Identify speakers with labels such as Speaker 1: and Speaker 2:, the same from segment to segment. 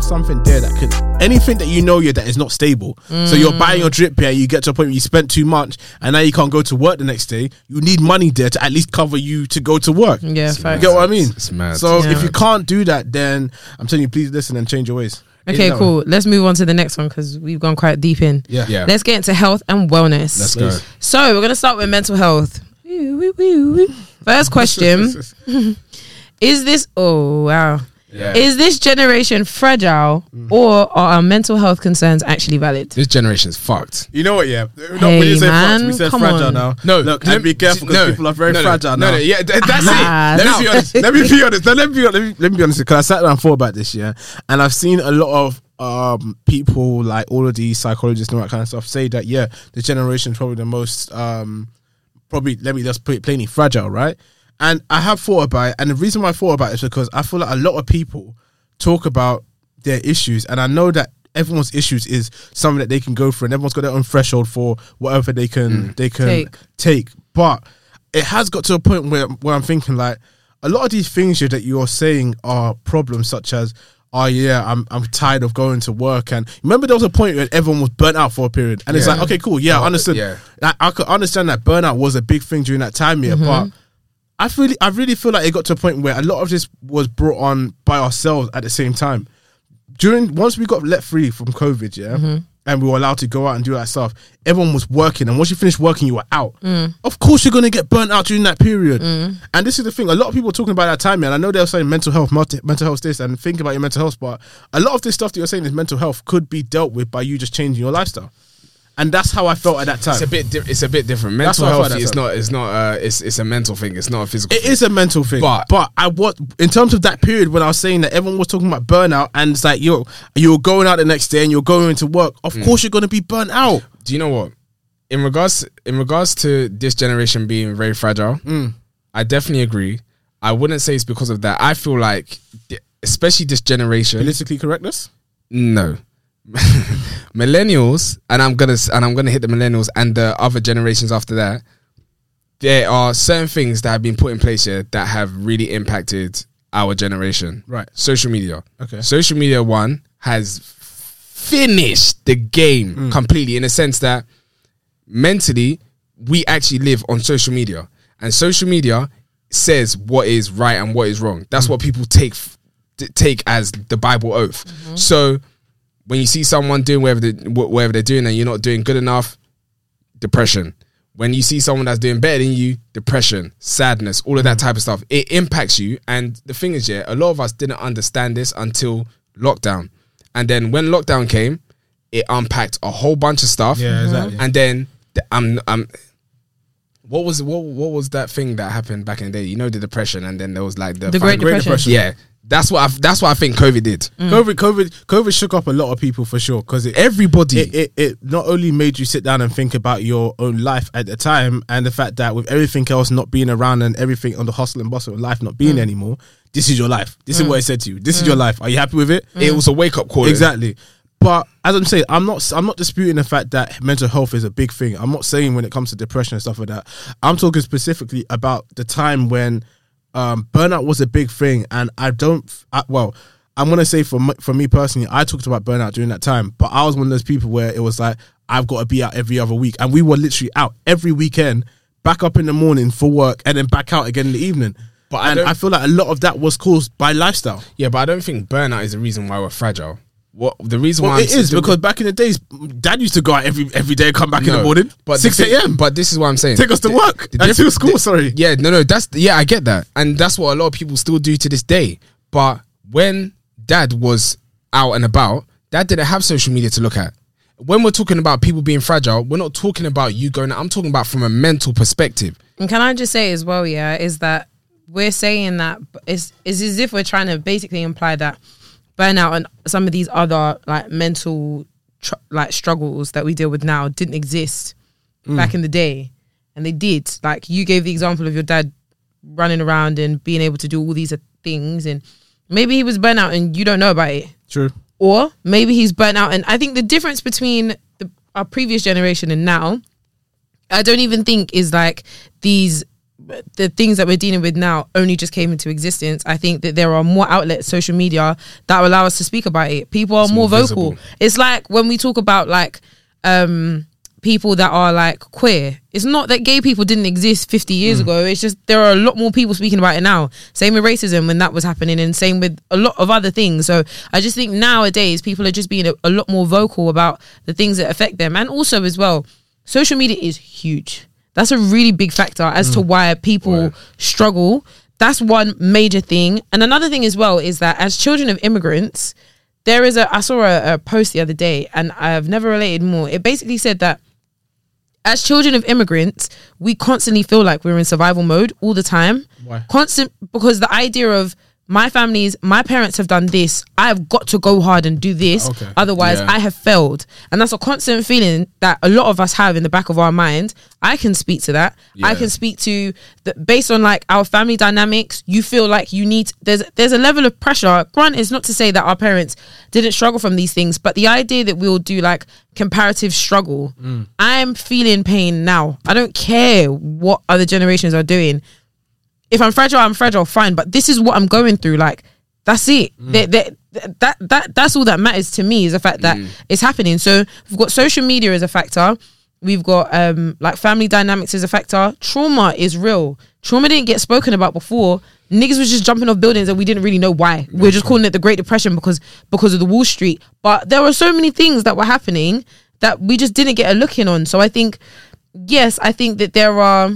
Speaker 1: something there that could anything that you know you that is not stable. So
Speaker 2: Mm.
Speaker 1: you're buying your drip here, you get to a point where you spent too much, and now you can't go to work the next day. You need money there to at least cover you to go to work.
Speaker 2: Yeah,
Speaker 1: you
Speaker 2: facts.
Speaker 1: get what I mean.
Speaker 3: It's mad.
Speaker 1: So
Speaker 2: Mm. Yeah.
Speaker 1: if you can't do that, then I'm telling you, please listen and change your ways.
Speaker 2: Okay,
Speaker 1: Yeah.
Speaker 2: cool. Let's move on to the next one because we've gone quite deep in.
Speaker 1: Yeah,
Speaker 3: Yeah.
Speaker 2: Let's get into health and wellness.
Speaker 3: Let's go.
Speaker 2: So we're gonna start with mental health. Woo, woo, woo, woo. First question: Is this oh wow?
Speaker 3: Yeah.
Speaker 2: Is this generation fragile, or are our mental health concerns actually valid?
Speaker 3: This generation's fucked.
Speaker 1: You know what? Yeah, not when you
Speaker 2: Hey,
Speaker 1: say fucked,
Speaker 2: man,
Speaker 1: we said
Speaker 2: come
Speaker 1: fragile
Speaker 2: on.
Speaker 1: now.
Speaker 3: No,
Speaker 1: look,
Speaker 3: let
Speaker 1: and be
Speaker 3: me-
Speaker 1: careful because
Speaker 3: no,
Speaker 1: people are very
Speaker 3: no, no,
Speaker 1: fragile
Speaker 3: no,
Speaker 1: now.
Speaker 3: No, yeah, th- that's
Speaker 2: Ah,
Speaker 3: it. Let
Speaker 2: no.
Speaker 3: me be honest.
Speaker 1: let me be honest. No, let me be honest. Let me, let me be honest because I sat down and thought about this, yeah, and I've seen a lot of um people like all of these psychologists and all that kind of stuff say that yeah, the generation is probably the most um probably let me just put it plainly fragile, right? And I have thought about it, and the reason why I thought about it is because I feel like a lot of people talk about their issues, and I know that everyone's issues is something that they can go through, and everyone's got their own threshold for whatever they can they can
Speaker 2: Take.
Speaker 1: take. But it has got to a point where where I'm thinking like a lot of these things here that you're saying are problems such as oh yeah I'm I'm tired of going to work and remember there was a point when everyone was burnt out for a period and it's
Speaker 3: Yeah.
Speaker 1: like okay cool yeah I understand
Speaker 3: yeah.
Speaker 1: I, I could understand that burnout was a big thing during that time here but I feel I really feel like it got to a point where a lot of this was brought on by ourselves at the same time during once we got let free from COVID, yeah, and we were allowed to go out and do that stuff, everyone was working. And once you finish working, you were out. Of course, you're gonna get burnt out during that period. And this is the thing: a lot of people are talking about that time, and I know they're saying mental health, multi- mental health, this, and think about your mental health. But a lot of this stuff that you're saying is mental health could be dealt with by you just changing your lifestyle. And that's how I felt at that time.
Speaker 3: It's a bit. Di- it's a bit different.
Speaker 1: That's
Speaker 3: Mental
Speaker 1: what I
Speaker 3: health.
Speaker 1: thought,
Speaker 3: It's
Speaker 1: that's
Speaker 3: not. It's not. Uh, it's it's a mental thing. It's not a physical.
Speaker 1: It
Speaker 3: thing.
Speaker 1: is a mental thing, but,
Speaker 3: But-
Speaker 1: I what in terms of that period when I was saying that everyone was talking about burnout and it's like yo, you're going out the next day and you're going to work. Of course, you're going to be burnt out.
Speaker 3: Do you know what? In regards in regards to this generation being very fragile, I definitely agree. I wouldn't say it's because of that. I feel like, th- especially this generation,
Speaker 1: Politically correctness.
Speaker 3: No. millennials, and I'm gonna s- and I'm gonna hit the millennials and the other generations after that. There are certain things that have been put in place here that have really impacted our generation.
Speaker 1: Right.
Speaker 3: Social media.
Speaker 1: Okay.
Speaker 3: Social media one has finished the game completely in a sense that mentally we actually live on social media, and social media says what is right and what is wrong. That's what people take f- t- take as the Bible oath. So when you see someone doing whatever they, wh- whatever they're doing and you're not doing good enough, depression. When you see someone that's doing better than you, depression, sadness, all of that type of stuff, it impacts you. And the thing is, yeah, a lot of us didn't understand this until lockdown. And then when lockdown came, it unpacked a whole bunch of stuff.
Speaker 2: Mm-hmm.
Speaker 1: Yeah, exactly.
Speaker 3: And then th- I'm, I'm, what was what what was that thing that happened back in the day? You know, the depression, and then there was like the,
Speaker 2: The Great Great Depression. Mm. Depression.
Speaker 3: Yeah, that's what I, that's what I think COVID did.
Speaker 1: COVID, COVID, COVID shook up a lot of people for sure because it,
Speaker 3: Everybody,
Speaker 1: it, it, it not only made you sit down and think about your own life at the time and the fact that with everything else not being around and everything on the hustle and bustle of life not being anymore, this is your life. This is what I said to you. This is your life. Are you happy with it?
Speaker 2: Mm.
Speaker 3: it was a wake up call.
Speaker 1: Exactly. But as I'm saying, I'm not I'm not disputing the fact that mental health is a big thing. I'm not saying when it comes to depression and stuff like that. I'm talking specifically about the time when um, burnout was a big thing, and I don't. I, well, I'm gonna say for my, for me personally, I talked about burnout during that time, but I was one of those people where it was like I've got to be out every other week, and we were literally out every weekend, back up in the morning for work, and then back out again in the evening. But
Speaker 3: But I
Speaker 1: and
Speaker 3: don't-
Speaker 1: I feel like a lot of that was caused by lifestyle.
Speaker 3: Yeah, but I don't think burnout is the reason why we're fragile. What the reason
Speaker 1: Well,
Speaker 3: why
Speaker 1: it
Speaker 3: I'm
Speaker 1: is because back in the days, Dad used to go out every every day and come back in the morning,
Speaker 3: but
Speaker 1: six
Speaker 3: the thing-
Speaker 1: a.m.
Speaker 3: But this is what I'm saying.
Speaker 1: Take us to work and to
Speaker 3: difference-
Speaker 1: school, sorry.
Speaker 3: yeah, no, no, that's yeah, I get that, and that's what a lot of people still do to this day. But when Dad was out and about, Dad didn't have social media to look at. When we're talking about people being fragile, we're not talking about you going. out. I'm talking about from a mental perspective.
Speaker 2: And can I just say as well, yeah, is that we're saying that but it's it's as if we're trying to basically imply that burnout and some of these other like mental tr- like struggles that we deal with now didn't exist back in the day, and they did. Like you gave the example of your dad running around and being able to do all these uh, things, and maybe he was burnout and you don't know about it
Speaker 1: True.
Speaker 2: or maybe he's burnt out. And I think the difference between the, our previous generation and now, I don't even think is like these the things that we're dealing with now only just came into existence. I think that there are more outlets, social media, that allow us to speak about it. People are more,
Speaker 3: more
Speaker 2: vocal.
Speaker 3: visible.
Speaker 2: It's like when we talk about like um people that are like queer. It's not that gay people didn't exist 50 years ago. It's just there are a lot more people speaking about it now. Same with racism when that was happening and same with a lot of other things. So I just think nowadays people are just being a, a lot more vocal about the things that affect them and also as well social media is huge. That's a really big factor as to why people struggle. That's one major thing. And another thing as well is that as children of immigrants, there is a I saw a, a post the other day and I've never related more. It basically said that as children of immigrants, we constantly feel like we're in survival mode all the time.
Speaker 1: Why?
Speaker 2: Constant because the idea of my family's my parents have done this. I have got to go hard and do this.
Speaker 1: Okay.
Speaker 2: Otherwise,
Speaker 3: Yeah.
Speaker 2: I have failed. And that's a constant feeling that a lot of us have in the back of our mind. I can speak to that. I
Speaker 3: Yeah.
Speaker 2: can speak to that based on like our family dynamics. You feel like you need there's there's a level of pressure. Grant is not to say that our parents didn't struggle from these things, but the idea that we'll do like comparative struggle. I'm feeling pain now. I don't care what other generations are doing if I'm fragile, I'm fragile, fine. But this is what I'm going through. Like, that's it. That, that, that, that, that's all that matters to me is the fact that it's happening. So we've got social media as a factor. We've got um like family dynamics as a factor. Trauma is real. Trauma didn't get spoken about before. Niggas was just jumping off buildings and we didn't really know why. We We're just calling it the Great Depression because because of the Wall Street. But there were so many things that were happening that we just didn't get a look in on. So I think, yes, I think that there are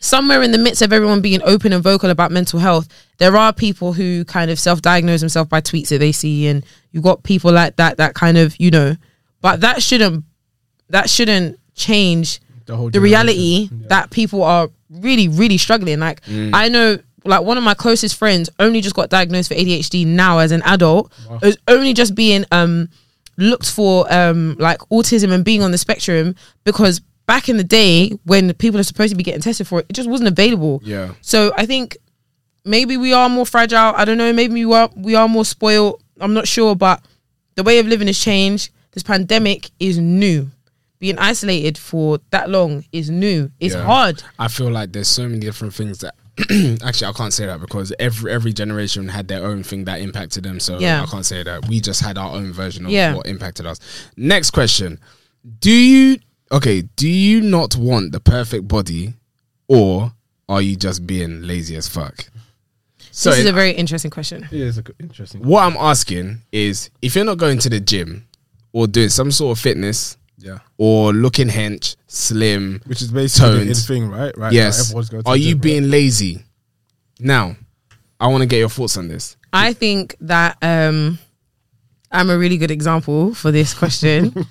Speaker 2: somewhere in the midst of everyone being open and vocal about mental health, there are people who kind of self-diagnose themselves by tweets that they see, and you've got people like that that kind of you know, but that shouldn't that shouldn't change
Speaker 1: The whole
Speaker 2: the
Speaker 1: generation.
Speaker 2: reality that people are really really struggling. Like I know. Like one of my closest friends only just got diagnosed for ADHD now as an adult. Is only just being um looked for um like autism and being on the spectrum because back in the day when people are supposed to be getting tested for it, it just wasn't available.
Speaker 3: Yeah.
Speaker 2: So I think maybe we are more fragile. I don't know. Maybe we are we are more spoiled. I'm not sure, but the way of living has changed. This pandemic is new. Being isolated for that long is new. It's
Speaker 3: Yeah.
Speaker 2: hard.
Speaker 3: I feel like there's so many different things that actually I can't say that because every every generation had their own thing that impacted them. So
Speaker 2: Yeah.
Speaker 3: I can't say that. We just had our own version of
Speaker 2: Yeah.
Speaker 3: what impacted us. Next question. Do you okay, do you not want the perfect body or are you just being lazy as fuck? So
Speaker 2: this is
Speaker 3: in-
Speaker 2: a very interesting question.
Speaker 1: Yeah, it's a good, interesting.
Speaker 3: what I'm asking is if you're not going to the gym or doing some sort of fitness
Speaker 1: Yeah,
Speaker 3: or looking hench, slim,
Speaker 1: which is basically
Speaker 3: Toned.
Speaker 1: his thing, right? Right. like,
Speaker 3: Yes.
Speaker 1: everyone's going to
Speaker 3: Are
Speaker 1: the
Speaker 3: you
Speaker 1: gym, right?
Speaker 3: being lazy? Now, I want to get your thoughts on this.
Speaker 2: I think that um, I'm a really good example for this question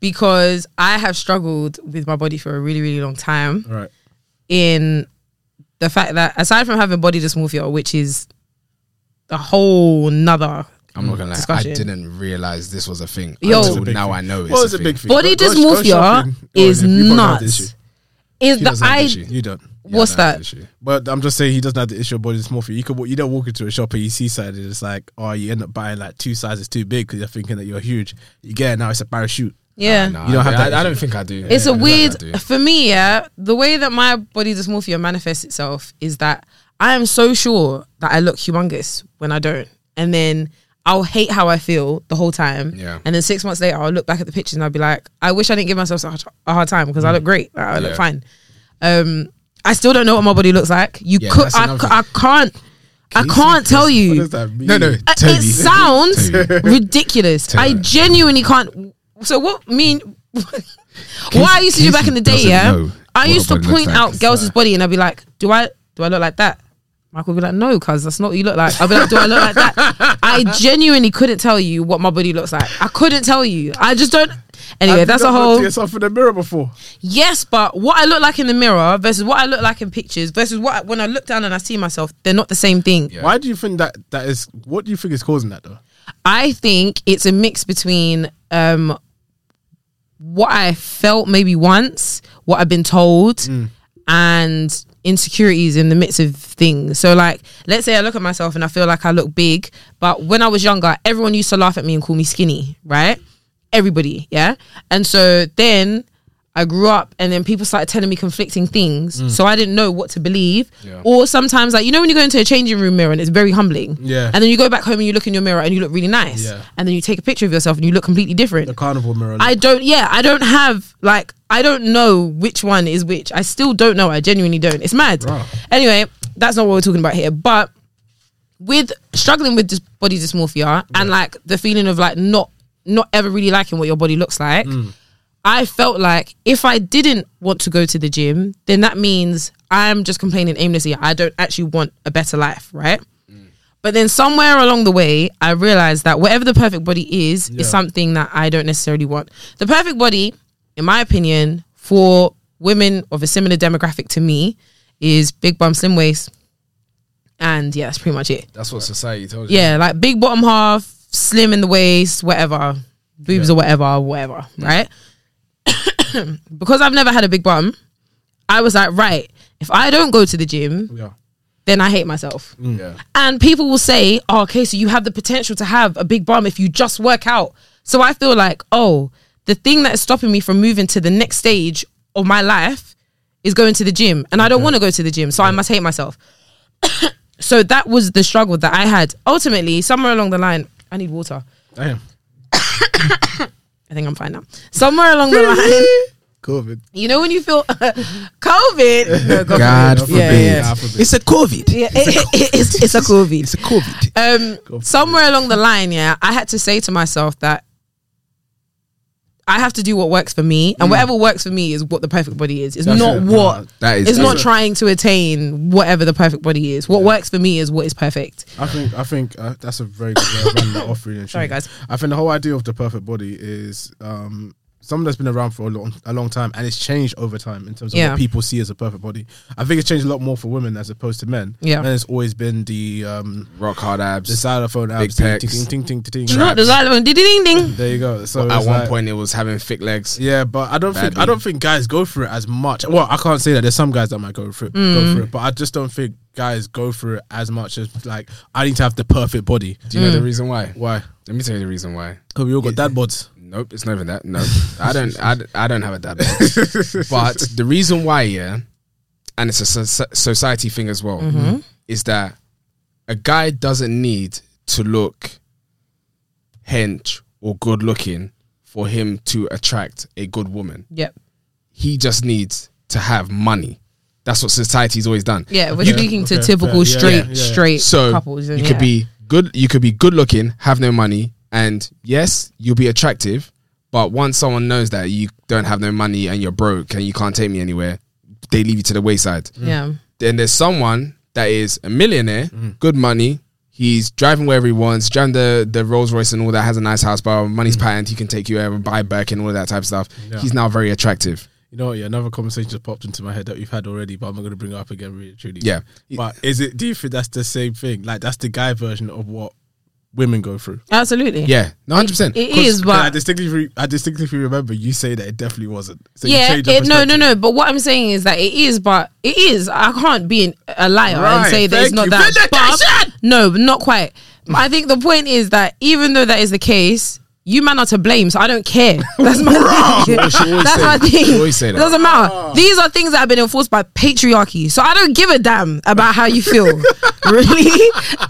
Speaker 2: because I have struggled with my body for a really, really long time.
Speaker 1: All right?
Speaker 2: In the fact that aside from having body dysmorphia, which is a whole nother
Speaker 3: I'm
Speaker 1: Mm.
Speaker 3: not gonna lie.
Speaker 2: Discussion.
Speaker 3: I didn't realize this was a thing.
Speaker 2: Yo.
Speaker 3: until
Speaker 2: It's a
Speaker 1: big
Speaker 3: now
Speaker 1: thing.
Speaker 3: I know it's
Speaker 1: Well,
Speaker 3: a,
Speaker 1: it's a
Speaker 3: thing.
Speaker 1: big thing.
Speaker 2: body
Speaker 1: Go- go- go
Speaker 2: dysmorphia
Speaker 1: shopping. Oh,
Speaker 2: is
Speaker 1: yeah, people don't have this
Speaker 2: nuts. Is
Speaker 3: He
Speaker 2: the
Speaker 3: doesn't have
Speaker 2: I
Speaker 3: this issue.
Speaker 1: issue. You don't.
Speaker 3: Yeah,
Speaker 2: what's
Speaker 3: I know
Speaker 2: that?
Speaker 3: it's an issue.
Speaker 1: But I'm just saying he doesn't have the issue of body dysmorphia. You could wa- you don't walk into a shop and you see something and it's like, oh, you end up buying like two sizes too big because you're thinking that you're huge. You get it now it's a parachute.
Speaker 2: yeah.
Speaker 3: No,
Speaker 1: You don't
Speaker 3: I,
Speaker 1: have that
Speaker 3: I, I
Speaker 1: issue.
Speaker 3: don't think I do.
Speaker 2: It's
Speaker 3: Yeah,
Speaker 2: a
Speaker 3: I don't
Speaker 2: weird
Speaker 3: think I do.
Speaker 2: for me, yeah. The way that my body dysmorphia manifests itself is that I am so sure that I look humongous when I don't. And then I'll hate how I feel the whole time.
Speaker 3: Yeah.
Speaker 2: And then six months later I'll look back at the pictures and I'll be like, I wish I didn't give myself such a hard time because I look great. Like, I look
Speaker 3: Yeah.
Speaker 2: fine. Um I still don't know what my body looks like. You
Speaker 3: Yeah,
Speaker 2: could
Speaker 3: that's
Speaker 2: I,
Speaker 3: another
Speaker 2: c-
Speaker 3: thing.
Speaker 2: I can't I can't tell
Speaker 1: What
Speaker 2: you.
Speaker 1: does that mean?
Speaker 3: No, no.
Speaker 2: Uh,
Speaker 3: Toby.
Speaker 2: it sounds ridiculous. I
Speaker 3: Toby.
Speaker 2: genuinely can't. So what mean? what I used to do back in the day,
Speaker 3: doesn't
Speaker 2: yeah,
Speaker 3: know
Speaker 2: I
Speaker 3: what
Speaker 2: used to
Speaker 3: a body looks
Speaker 2: point
Speaker 3: like.
Speaker 2: out girls' body, and I'd be like, "Do I do I look like that?" Michael would be like, "No, cuz that's not what you look like." I'd be like, "Do I look like that?" I genuinely couldn't tell you what my body looks like. I couldn't tell you. I just don't.
Speaker 1: Have
Speaker 2: Anyway,
Speaker 1: you
Speaker 2: that's
Speaker 1: not
Speaker 2: a
Speaker 1: looked at
Speaker 2: whole.
Speaker 1: yourself in the mirror before.
Speaker 2: Yes, but what I look like in the mirror versus what I look like in pictures versus what I, when I look down and I see myself, they're not the same thing.
Speaker 3: Yeah.
Speaker 1: Why do you think that that is? What do you think is causing that though?
Speaker 2: I think it's a mix between um what I felt maybe once, what I've been told, and insecurities in the midst of things. So like let's say I look at myself and I feel like I look big, but when I was younger, everyone used to laugh at me and call me skinny, right? Everybody, yeah? And so then I grew up and then people started telling me conflicting things. So I didn't know what to believe.
Speaker 3: Yeah.
Speaker 2: Or sometimes, like, you know, when you go into a changing room mirror and it's very humbling.
Speaker 1: Yeah.
Speaker 2: And then you go back home and you look in your mirror and you look really nice.
Speaker 1: Yeah.
Speaker 2: And then you take a picture of yourself and you look completely different.
Speaker 1: The carnival mirror.
Speaker 2: I don't. Yeah, I don't have like I don't know which one is which. I still don't know. I genuinely don't. It's mad.
Speaker 1: Bruh.
Speaker 2: Anyway, that's not what we're talking about here. But with struggling with dis- body dysmorphia and like the feeling of like not not ever really liking what your body looks like, I felt like if I didn't want to go to the gym, then that means I'm just complaining aimlessly. I don't actually want a better life, right? But then somewhere along the way, I realized that whatever the perfect body is, is something that I don't necessarily want. The perfect body, in my opinion, for women of a similar demographic to me, is big bum, slim waist. And yeah, that's pretty much it.
Speaker 3: That's what society tells you.
Speaker 2: Yeah, like big bottom half, slim in the waist, whatever, boobs or whatever, whatever, right? because I've never had a big bum, I was like, right, if I don't go to the gym,
Speaker 1: Yeah.
Speaker 2: then I hate myself.
Speaker 1: Mm.
Speaker 3: Yeah.
Speaker 2: And people will say, oh, okay, so you have the potential to have a big bum if you just work out. So I feel like, oh, the thing that is stopping me from moving to the next stage of my life is going to the gym. And I don't want to go to the gym, so I must hate myself. so that was the struggle that I had. Ultimately, somewhere along the line, I need water.
Speaker 1: Damn.
Speaker 2: I think I'm fine now. Somewhere along the line,
Speaker 1: COVID.
Speaker 2: you know when you feel COVID. No, God
Speaker 3: God
Speaker 2: forbid. Yeah, yeah.
Speaker 3: It's a COVID.
Speaker 2: Yeah, it- it- it's, it's a COVID.
Speaker 3: It's a COVID.
Speaker 2: um, somewhere along the line, yeah, I had to say to myself that I have to do what works for me, and whatever works for me is what the perfect body is. It's
Speaker 1: Mm. That's
Speaker 2: not
Speaker 1: it.
Speaker 2: what
Speaker 3: That is
Speaker 2: it's not
Speaker 3: true.
Speaker 2: trying to attain whatever the perfect body is. What works for me is what is perfect.
Speaker 1: I think I think uh, that's a very good way of running that off. Really, and
Speaker 2: Sorry,
Speaker 1: shit.
Speaker 2: guys.
Speaker 1: I think the whole idea of the perfect body is um, something that's been around for a long, a long time, and it's changed over time in terms of
Speaker 2: Yeah.
Speaker 1: what people see as a perfect body. I think it's changed a lot more for women as opposed to men.
Speaker 2: Yeah.
Speaker 1: men it's always been the um,
Speaker 3: Rock hard
Speaker 1: the
Speaker 3: abs.
Speaker 1: xylophone abs, ting,
Speaker 3: pecs.
Speaker 1: ting, ting, ting, ting,
Speaker 2: Do
Speaker 1: ting.
Speaker 2: you know what the xylophone? Ding ding ding.
Speaker 1: There you go. So
Speaker 3: At
Speaker 1: it's
Speaker 3: one
Speaker 1: like-
Speaker 3: point, it was having thick legs.
Speaker 1: Yeah, but I don't think I
Speaker 3: Badly.
Speaker 1: don't think guys go through it as much. Well, I can't say that. There's some guys that might go through it,
Speaker 2: Mm.
Speaker 1: go through it, but I just don't think guys go through it as much as like I need to have the perfect body.
Speaker 3: Do you know the
Speaker 2: Mm.
Speaker 3: reason why?
Speaker 1: Why?
Speaker 3: Let me tell you the reason why.
Speaker 1: Because we all got dad bods.
Speaker 3: Nope, it's not even that. No, I don't. I, I don't have a dad bod. but the reason why, yeah, and it's a so- society thing as well, is that a guy doesn't need to look hench or good looking for him to attract a good woman.
Speaker 2: Yep.
Speaker 3: He just needs to have money. That's what society's always done.
Speaker 2: Yeah, we're
Speaker 1: Yeah,
Speaker 2: speaking to
Speaker 1: okay,
Speaker 2: typical
Speaker 1: fair. Yeah,
Speaker 2: straight
Speaker 1: yeah.
Speaker 2: straight
Speaker 3: so
Speaker 2: couples.
Speaker 3: you
Speaker 2: and yeah.
Speaker 3: could be good you could be good looking have no money and yes you'll be attractive but once someone knows that you don't have no money and you're broke and you can't take me anywhere they leave you to the wayside
Speaker 2: yeah.
Speaker 3: then there's someone that is a millionaire good money he's driving wherever he wants driving the, the rolls royce and all that has a nice house but money's patent he can take you wherever buy back and all that type of stuff
Speaker 1: Yeah.
Speaker 3: he's now very attractive
Speaker 1: You know, what, yeah. Another conversation just popped into my head that we've had already, but I'm not going to bring it up again. Really, truly.
Speaker 3: yeah
Speaker 1: But is it? Do you think that's the same thing? Like that's the guy version of what women go through?
Speaker 2: Absolutely.
Speaker 3: yeah no 100%
Speaker 2: It
Speaker 1: 'Cause
Speaker 2: is,
Speaker 1: I
Speaker 2: but
Speaker 1: distinctly, re- I distinctly remember you say that it definitely wasn't. So you
Speaker 2: yeah,
Speaker 1: changed your
Speaker 2: it- no, no,
Speaker 1: perspective.
Speaker 2: no. But what I'm saying is that it is, but it is. I can't be an, a liar and
Speaker 1: Right,
Speaker 2: say that it's
Speaker 1: thank
Speaker 2: not
Speaker 1: you.
Speaker 2: that. But,
Speaker 1: Vindication!
Speaker 2: no, but not quite. I think the point is that even though that is the case, you man are to blame. So I don't care. That's my thing.
Speaker 3: She always
Speaker 2: That's
Speaker 3: say
Speaker 2: my
Speaker 3: that.
Speaker 2: thing.
Speaker 3: She always say that.
Speaker 2: Doesn't matter.
Speaker 1: Ah.
Speaker 2: These are things that have been enforced by patriarchy. So I don't give a damn about how you feel. really,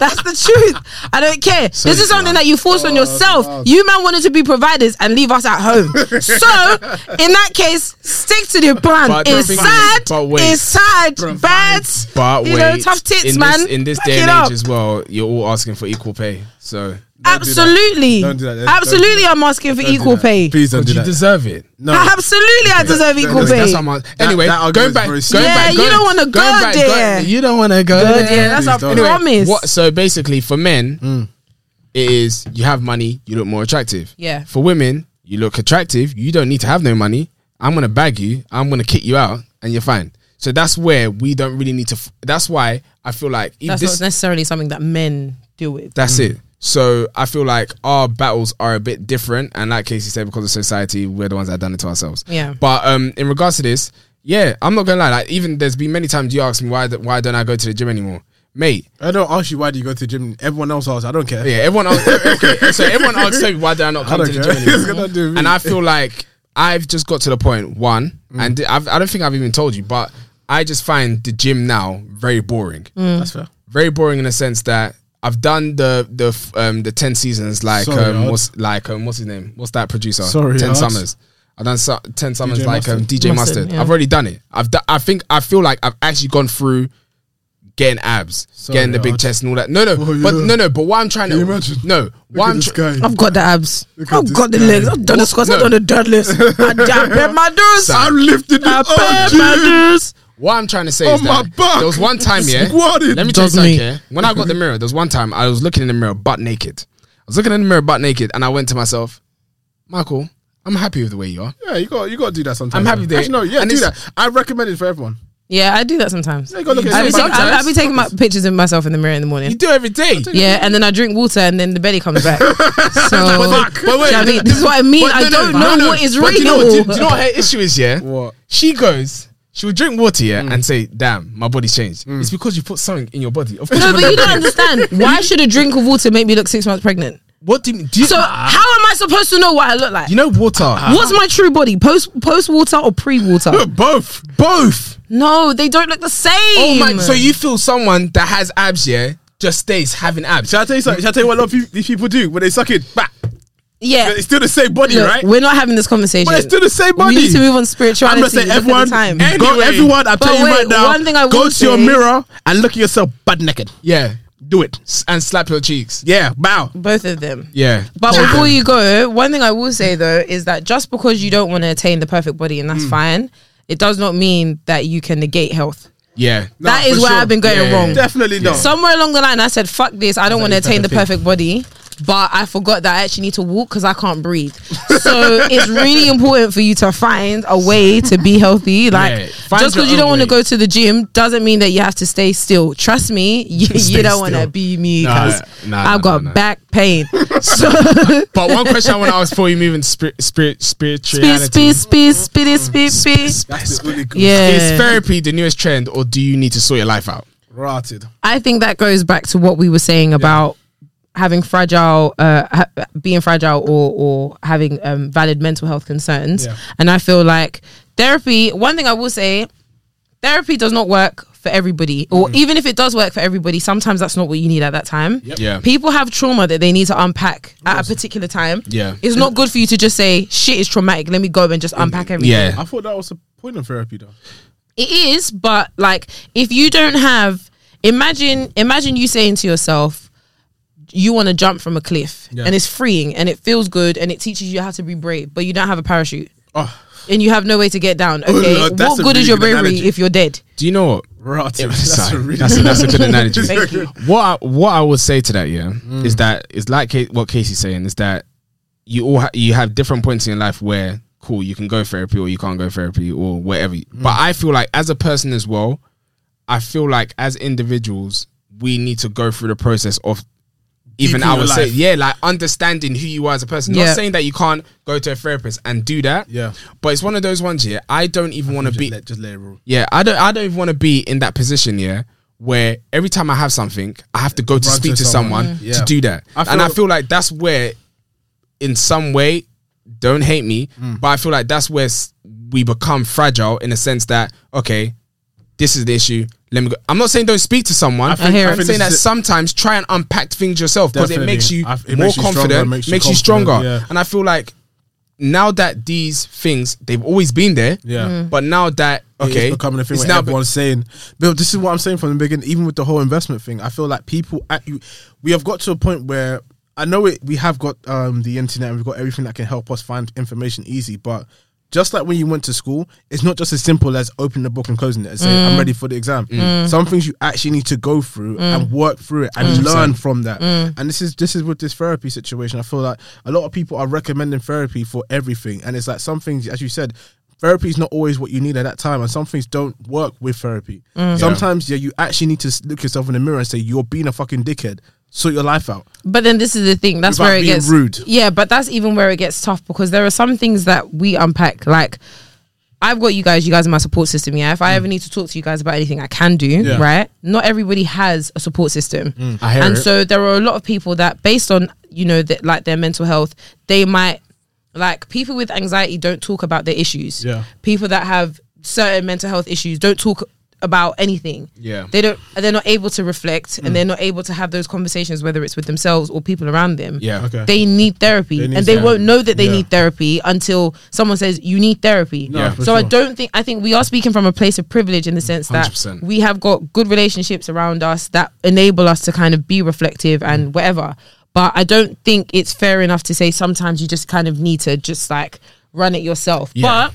Speaker 2: that's the truth. I don't care. this is something that you forced
Speaker 1: Oh,
Speaker 2: on yourself. You man wanted to be providers and leave us at home. so in that case, stick to the plan.
Speaker 3: But the
Speaker 2: it's
Speaker 3: thing is-
Speaker 2: sad.
Speaker 3: but wait.
Speaker 2: it's sad. Bad.
Speaker 3: But
Speaker 2: you
Speaker 3: wait,
Speaker 2: know, tough tits,
Speaker 3: in
Speaker 2: man.
Speaker 3: This, in this
Speaker 2: Back
Speaker 3: day
Speaker 2: it
Speaker 3: and
Speaker 2: up.
Speaker 3: age as well, you're all asking for equal pay. So
Speaker 1: Don't do that.
Speaker 2: Absolutely.
Speaker 1: Don't do that. Don't do
Speaker 2: Absolutely,
Speaker 1: that.
Speaker 2: I'm asking for
Speaker 1: Don't do
Speaker 2: equal
Speaker 1: that.
Speaker 2: pay.
Speaker 1: Please don't
Speaker 3: But
Speaker 1: do
Speaker 3: you
Speaker 1: that.
Speaker 3: deserve it.
Speaker 1: no.
Speaker 2: Absolutely, I deserve equal
Speaker 1: That's-
Speaker 2: pay.
Speaker 3: That's how much.
Speaker 1: That-
Speaker 3: Anyway,
Speaker 1: that argument
Speaker 3: going
Speaker 1: is
Speaker 3: back,
Speaker 1: very
Speaker 3: going
Speaker 1: stupid.
Speaker 3: back,
Speaker 2: Yeah,
Speaker 3: going,
Speaker 2: you don't wanna
Speaker 3: going
Speaker 2: go
Speaker 3: back, going-
Speaker 2: there.
Speaker 3: you don't want to go
Speaker 2: Go
Speaker 3: there.
Speaker 2: there, that's
Speaker 1: our
Speaker 3: Anyway,
Speaker 2: promise.
Speaker 3: what- so basically, for men,
Speaker 1: Mm.
Speaker 3: it is you have money, you look more attractive.
Speaker 2: Yeah.
Speaker 3: For women, you look attractive. You don't need to have no money. I'm gonna bag you. I'm gonna kick you out, and you're fine. So that's where we don't really need to. F- that's why I feel like if
Speaker 2: That's
Speaker 3: this,
Speaker 2: not necessarily something that men deal with.
Speaker 1: Hmm.
Speaker 3: That's it. So I feel like our battles are a bit different, and like Casey said, because of society, we're the ones that done it to ourselves.
Speaker 2: Yeah.
Speaker 3: But um, in regards to this, yeah, I'm not gonna lie. Like, even there's been many times you ask me why why don't I go to the gym anymore, mate.
Speaker 1: I don't ask you why do you go to the gym. Everyone else asks. I don't care.
Speaker 3: Yeah, everyone. Asks, okay, so everyone asks Toby why do I not
Speaker 1: I
Speaker 3: come
Speaker 1: don't
Speaker 3: to the
Speaker 1: care.
Speaker 3: gym
Speaker 1: It's
Speaker 3: anymore?
Speaker 1: gonna do me.
Speaker 3: And I feel like I've just got to the point one,
Speaker 1: Hmm.
Speaker 3: and I've, I don't think I've even told you, but I just find the gym now very boring.
Speaker 2: Mm.
Speaker 1: That's fair.
Speaker 3: Very boring in the sense that I've done the the f- um the ten seasons like
Speaker 1: Sorry,
Speaker 3: um
Speaker 1: Ard.
Speaker 3: what's like um what's his name what's that producer
Speaker 1: Sorry,
Speaker 3: ten
Speaker 1: Ard.
Speaker 3: summers. I've done su- ten summers
Speaker 1: DJ
Speaker 3: like um,
Speaker 1: Mustard.
Speaker 2: Mustard,
Speaker 3: DJ Mustard.
Speaker 2: yeah.
Speaker 3: I've already done it. I've do- I think I feel like I've actually gone through getting abs,
Speaker 1: Sorry,
Speaker 3: getting the big
Speaker 1: Ard.
Speaker 3: chest and all that. No, no,
Speaker 1: Oh,
Speaker 3: but
Speaker 1: yeah.
Speaker 3: no, no. But what I'm trying to
Speaker 1: you imagine?
Speaker 3: no, what I'm tr-
Speaker 2: I've got the abs.
Speaker 1: Look at
Speaker 2: I've
Speaker 1: this
Speaker 2: got the
Speaker 1: guy.
Speaker 2: legs. I've done the squats. I've
Speaker 3: Oh, No.
Speaker 2: done the deadlifts. I, I bet my dudes.
Speaker 3: Sam.
Speaker 2: I
Speaker 1: I'm lifting it up.
Speaker 2: bet
Speaker 3: Oh,
Speaker 1: G.
Speaker 2: my dudes.
Speaker 3: What I'm trying to say
Speaker 1: On
Speaker 3: is
Speaker 1: my
Speaker 3: that
Speaker 1: back.
Speaker 3: there was one time, yeah.
Speaker 1: Squatted.
Speaker 3: Let me tell you
Speaker 2: Does
Speaker 3: something.
Speaker 2: me.
Speaker 3: Yeah? When I got the mirror, there was one time I was looking in the mirror butt naked. I was looking in the mirror butt naked, and I went to myself, Michael, I'm happy with the way you are.
Speaker 1: Yeah, you got you got to do that sometimes.
Speaker 3: I'm happy with it.
Speaker 1: Actually, no, yeah,
Speaker 3: And
Speaker 1: do
Speaker 3: it's-
Speaker 1: that. I recommend it for everyone.
Speaker 2: Yeah, I do that sometimes.
Speaker 1: Yeah, you gotta look at
Speaker 2: I be,
Speaker 1: yourself
Speaker 2: take,
Speaker 1: back
Speaker 2: I, I be
Speaker 1: times.
Speaker 2: taking my pictures of myself in the mirror in the
Speaker 3: You
Speaker 2: morning.
Speaker 3: do every day.
Speaker 2: Yeah, and then I drink water, and then the belly comes back. so,
Speaker 3: Fuck.
Speaker 2: Do
Speaker 3: But wait,
Speaker 2: you know what I mean? This is what I mean.
Speaker 3: but
Speaker 2: I don't know what is
Speaker 3: But do you know-
Speaker 2: real.
Speaker 3: Do, do you know what her issue is? Yeah,
Speaker 1: What? Mm.
Speaker 3: she goes. She will drink water, yeah, and say, "Damn, my body's changed." It's because you put something in your body. Of course,
Speaker 2: No,
Speaker 3: you're
Speaker 2: but
Speaker 3: gonna
Speaker 2: you don't
Speaker 3: get-
Speaker 2: understand. Why should a drink of water make me look six months pregnant?
Speaker 3: What do you, do you,
Speaker 2: So how am I supposed to know what I look like?
Speaker 3: Ah. you know uh-huh. water?
Speaker 1: Ah.
Speaker 2: What's my true body? Post post water or pre water?
Speaker 3: both, both.
Speaker 2: no, they don't look the same.
Speaker 3: Oh my! So you feel someone that has abs, yeah, just stays having abs.
Speaker 1: Shall I tell you something? Shall I tell you what a lot of peop- these people do when they suck it back?
Speaker 2: yeah.
Speaker 1: It's still the same body,
Speaker 2: Look,
Speaker 1: right?
Speaker 2: We're not having this conversation.
Speaker 1: But it's still the same body.
Speaker 2: We need to move on
Speaker 1: I'm
Speaker 2: spirituality.
Speaker 1: gonna say
Speaker 2: Look at the
Speaker 1: everyone,
Speaker 2: time.
Speaker 1: go-
Speaker 3: Anyway.
Speaker 1: everyone. I'm
Speaker 2: But
Speaker 1: telling you
Speaker 2: wait,
Speaker 1: right now.
Speaker 2: one thing I
Speaker 1: go
Speaker 2: will
Speaker 1: to your
Speaker 2: say-
Speaker 1: mirror and look at yourself butt naked.
Speaker 3: Yeah,
Speaker 1: Do it.
Speaker 3: S- and slap your cheeks.
Speaker 1: Yeah, bow.
Speaker 2: Both of them.
Speaker 3: Yeah,
Speaker 2: But before you go, one thing I will say though is that just because you don't want to attain the perfect body and that's
Speaker 1: Mm.
Speaker 2: fine, it does not mean that you can negate health.
Speaker 3: yeah.
Speaker 2: that is
Speaker 1: for
Speaker 2: where
Speaker 1: sure.
Speaker 2: I've been going
Speaker 3: Yeah.
Speaker 2: wrong.
Speaker 1: Definitely not.
Speaker 2: Somewhere along the line, I said, "Fuck this! I don't want to attain the perfect
Speaker 3: perfect
Speaker 2: body." But I forgot that I actually need to walk because I can't breathe. So it's really important for you to find a way to be healthy. Like
Speaker 3: Yeah, find
Speaker 2: just
Speaker 3: your
Speaker 2: because you
Speaker 3: own
Speaker 2: don't want
Speaker 3: way.
Speaker 2: to go to the gym doesn't mean that you have to stay still. Trust me, you,
Speaker 3: Stay
Speaker 2: you don't want
Speaker 3: still.
Speaker 2: to be me
Speaker 3: Nah,
Speaker 2: because
Speaker 3: nah, nah,
Speaker 2: I've got
Speaker 3: nah, nah.
Speaker 2: back pain. So
Speaker 3: But one question I want to ask before you move into spirit, spirit,
Speaker 2: spit,
Speaker 3: spirituality.
Speaker 2: spit, spit, spit, spit, spit.
Speaker 1: That's really good.
Speaker 2: Yeah,
Speaker 3: Is therapy the newest trend, or do you need to sort your life out?
Speaker 1: Rotted.
Speaker 2: I think that goes back to what we were saying about having fragile, uh, ha- being fragile, or or having um, valid mental health concerns.
Speaker 1: Yeah.
Speaker 2: And I feel like therapy. One thing I will say, therapy does not work for everybody, or even if it does work for everybody, sometimes that's not what you need at that time.
Speaker 3: Yeah.
Speaker 2: People have trauma that they need to unpack at a particular time.
Speaker 3: Yeah.
Speaker 2: It's not good for you to just say shit is traumatic. Let me go and just unpack everything.
Speaker 3: Yeah.
Speaker 1: I thought that was the point of therapy, though.
Speaker 2: It is, but like if you don't have imagine imagine you saying to yourself you want to jump from a cliff
Speaker 1: Yeah.
Speaker 2: and it's freeing and it feels good and it teaches you how to be brave, but you don't have a parachute
Speaker 1: Oh,
Speaker 2: and you have no way to get down. Okay,
Speaker 1: Lord, Oh, that's
Speaker 2: what
Speaker 1: a
Speaker 2: good
Speaker 1: really
Speaker 2: is your
Speaker 1: good
Speaker 2: bravery
Speaker 1: analogy.
Speaker 2: if you're dead?
Speaker 3: Do you know what?
Speaker 1: rotted.
Speaker 3: That's,
Speaker 1: That's a really
Speaker 3: that's, a, that's a good analogy.
Speaker 1: Thank you.
Speaker 3: What I, what I would say to that, yeah,
Speaker 1: Mm.
Speaker 3: is that it's like Ca- what Casey's saying is that you all ha- you have different points in your life where cool you can go therapy or you can't go therapy or whatever.
Speaker 1: Mm.
Speaker 3: But I feel like as a person as well, I feel like as individuals we need to go through the process of even
Speaker 1: Deepen
Speaker 3: I
Speaker 1: your
Speaker 3: would say
Speaker 1: life.
Speaker 3: yeah, like understanding who you are as a person.
Speaker 2: Yeah.
Speaker 3: Not saying that you can't go to a therapist and do that.
Speaker 1: Yeah.
Speaker 3: But it's one of those ones, yeah. I don't even want to
Speaker 1: just,
Speaker 3: be
Speaker 1: let, just let it roll.
Speaker 3: yeah, I don't. I don't even want to be in that position. Yeah, where every time I have something, I have to go to
Speaker 1: Run
Speaker 3: speak
Speaker 1: to
Speaker 3: to
Speaker 1: someone.
Speaker 3: someone,
Speaker 1: Mm.
Speaker 3: to
Speaker 1: Yeah.
Speaker 3: do that.
Speaker 1: I
Speaker 3: and I
Speaker 1: feel-
Speaker 3: feel like that's where, in some way, don't hate me,
Speaker 1: Mm.
Speaker 3: but I feel like that's where s- we become fragile in the sense that okay, this is the issue. Let me go. I'm not saying don't speak to someone. I
Speaker 1: think-
Speaker 2: I hear
Speaker 3: am
Speaker 2: it.
Speaker 3: saying that
Speaker 1: This is-
Speaker 3: sometimes try and unpack things yourself because it
Speaker 1: Definitely.
Speaker 3: makes you
Speaker 1: I- it
Speaker 3: more
Speaker 1: makes you stronger,
Speaker 3: confident,
Speaker 1: makes
Speaker 3: makes
Speaker 1: you
Speaker 3: you,
Speaker 1: confident,
Speaker 3: stronger.
Speaker 1: yeah.
Speaker 3: And I feel like now that these things they've always been there,
Speaker 1: Yeah. Mm.
Speaker 3: But now that okay,
Speaker 1: it's becoming a thing
Speaker 3: it's
Speaker 1: where
Speaker 3: now
Speaker 1: everyone's saying. But this is what I'm saying from the beginning. Even with the whole investment thing, I feel like people at you, we have got to a point where I know it. We have got um, the internet and we've got everything that can help us find information easy, but. Just like when you went to school, it's not just as simple as opening the book and closing it and saying, I'm ready for the exam.
Speaker 3: Mm.
Speaker 1: Some things you actually need to go through and work through it and learn from that. And this is this is with this therapy situation. I feel like a lot of people are recommending therapy for everything. And it's like some things, as you said, therapy is not always what you need at that time and some things don't work with therapy sometimes yeah you actually need to s- look yourself in the mirror and say you're being a fucking dickhead sort your life out
Speaker 2: But then this is the thing. That's
Speaker 1: Without
Speaker 2: where it
Speaker 1: being
Speaker 2: gets
Speaker 1: rude.
Speaker 2: Yeah, but that's even where it gets tough because there are some things that we unpack. Like I've got you guys. You guys are my support system. Yeah. If
Speaker 3: Mm.
Speaker 2: I ever need to talk to you guys about anything, I can do. Right. Not everybody has a support system.
Speaker 3: Mm. I hear
Speaker 2: and
Speaker 3: it.
Speaker 2: so there are a lot of people that, based on you know, that like their mental health, they might Like people with anxiety don't talk about their issues.
Speaker 1: Yeah.
Speaker 2: People that have certain mental health issues don't talk about anything.
Speaker 3: Yeah.
Speaker 2: They don't they're not able to reflect
Speaker 1: Mm.
Speaker 2: and they're not able to have those conversations whether it's with themselves or people around them.
Speaker 3: Yeah.
Speaker 1: Okay.
Speaker 2: They need therapy
Speaker 1: They need
Speaker 2: and they
Speaker 1: therapy.
Speaker 2: won't know that they
Speaker 1: Yeah.
Speaker 2: need therapy until someone says you need therapy.
Speaker 1: No, for
Speaker 2: So I
Speaker 1: sure.
Speaker 2: don't think I think we are speaking from a place of privilege in the sense that
Speaker 3: 100%.
Speaker 2: we have got good relationships around us that enable us to kind of be reflective
Speaker 1: Mm.
Speaker 2: and whatever. But I don't think it's fair enough to say sometimes you just kind of need to just like run it yourself.
Speaker 3: Yeah.
Speaker 2: But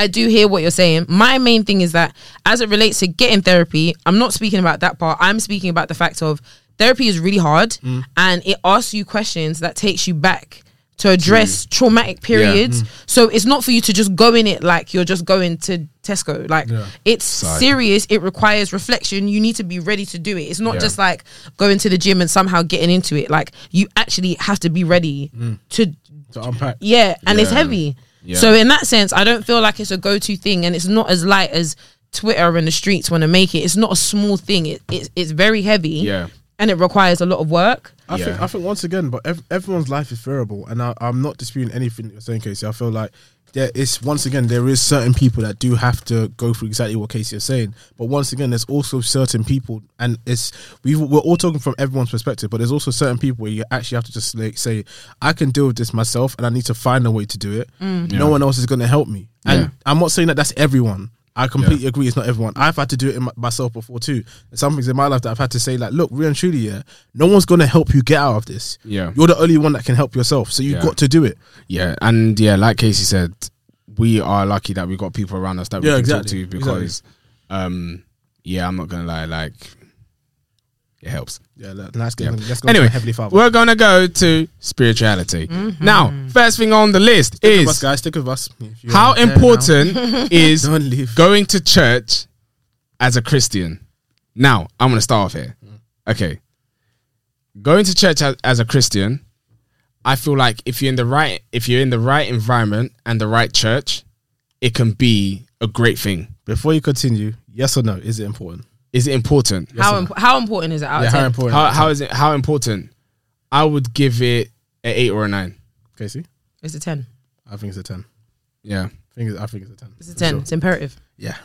Speaker 2: I do hear what you're saying. My main thing is that as it relates to getting therapy, I'm not speaking about that part. I'm speaking about the fact of therapy is really hard and it asks you questions that takes you back to address traumatic periods. So it's not for you to just go in it like you're just going to Tesco. Like it's serious. It requires reflection. You need to be ready to do it. It's not
Speaker 3: Yeah.
Speaker 2: just like going to the gym and somehow getting into it. Like you actually have to be ready to
Speaker 1: to unpack.
Speaker 2: yeah, and it's
Speaker 3: Yeah.
Speaker 2: heavy.
Speaker 3: Yeah.
Speaker 2: So in that sense, I don't feel like it's a go-to thing, and it's not as light as Twitter and the streets want to make it. It's not a small thing. It, it's it's very heavy.
Speaker 3: Yeah.
Speaker 2: and it requires a lot of work.
Speaker 1: I think
Speaker 3: Yeah.
Speaker 1: I think once again, but ev- everyone's life is variable, and I, I'm not disputing anything that you're saying, Casey. I feel like there is once again there is certain people that do have to go through exactly what Casey is saying, but once again, there's also certain people, and it's we we're all talking from everyone's perspective, but there's also certain people where you actually have to just like say, I can deal with this myself, and I need to find a way to do it. No one else is going to help me, and
Speaker 3: Yeah.
Speaker 1: I'm not saying that that's everyone. I completely agree. It's not everyone. I've had to do it in my, myself before too. There's some things in my life that I've had to say, like, look, real and truly, yeah, no one's gonna help you get out of this.
Speaker 3: Yeah.
Speaker 1: you're the only one that can help yourself. So you've
Speaker 3: Yeah.
Speaker 1: got to do it.
Speaker 3: Yeah, and yeah, like Casey said, we are lucky that we got people around us that we
Speaker 1: Yeah,
Speaker 3: can
Speaker 1: exactly,
Speaker 3: talk to because, um, yeah, I'm not gonna lie, like it helps.
Speaker 1: Yeah, let- let's get
Speaker 3: Yeah.
Speaker 1: let's go
Speaker 3: Anyway,
Speaker 1: to Heavenly Father.
Speaker 3: we're gonna go to spirituality now. First thing on the list
Speaker 1: stick with us,
Speaker 3: is
Speaker 1: guys. Stick with us. If you're
Speaker 3: how
Speaker 1: there now,
Speaker 3: important is
Speaker 1: Don't leave.
Speaker 3: going to church as a Christian. Now I'm gonna start off here.
Speaker 1: Mm.
Speaker 3: Okay, going to church as, as a Christian. I feel like if you're in the right if you're in the right environment and the right church, it can be a great thing.
Speaker 1: Before you continue, yes or no? Is it important?
Speaker 3: Is it important?
Speaker 2: how imp- how important is it? Out
Speaker 1: Yeah,
Speaker 2: of
Speaker 1: how
Speaker 2: 10?
Speaker 1: important?
Speaker 3: How how is it how important? I would give it an eight or a nine.
Speaker 1: Casey,
Speaker 2: It's a ten.
Speaker 1: I think it's a ten.
Speaker 3: Yeah.
Speaker 1: I think it's, I think it's a ten.
Speaker 2: It's a
Speaker 1: For
Speaker 2: ten.
Speaker 1: sure.
Speaker 2: It's imperative.
Speaker 1: Yeah.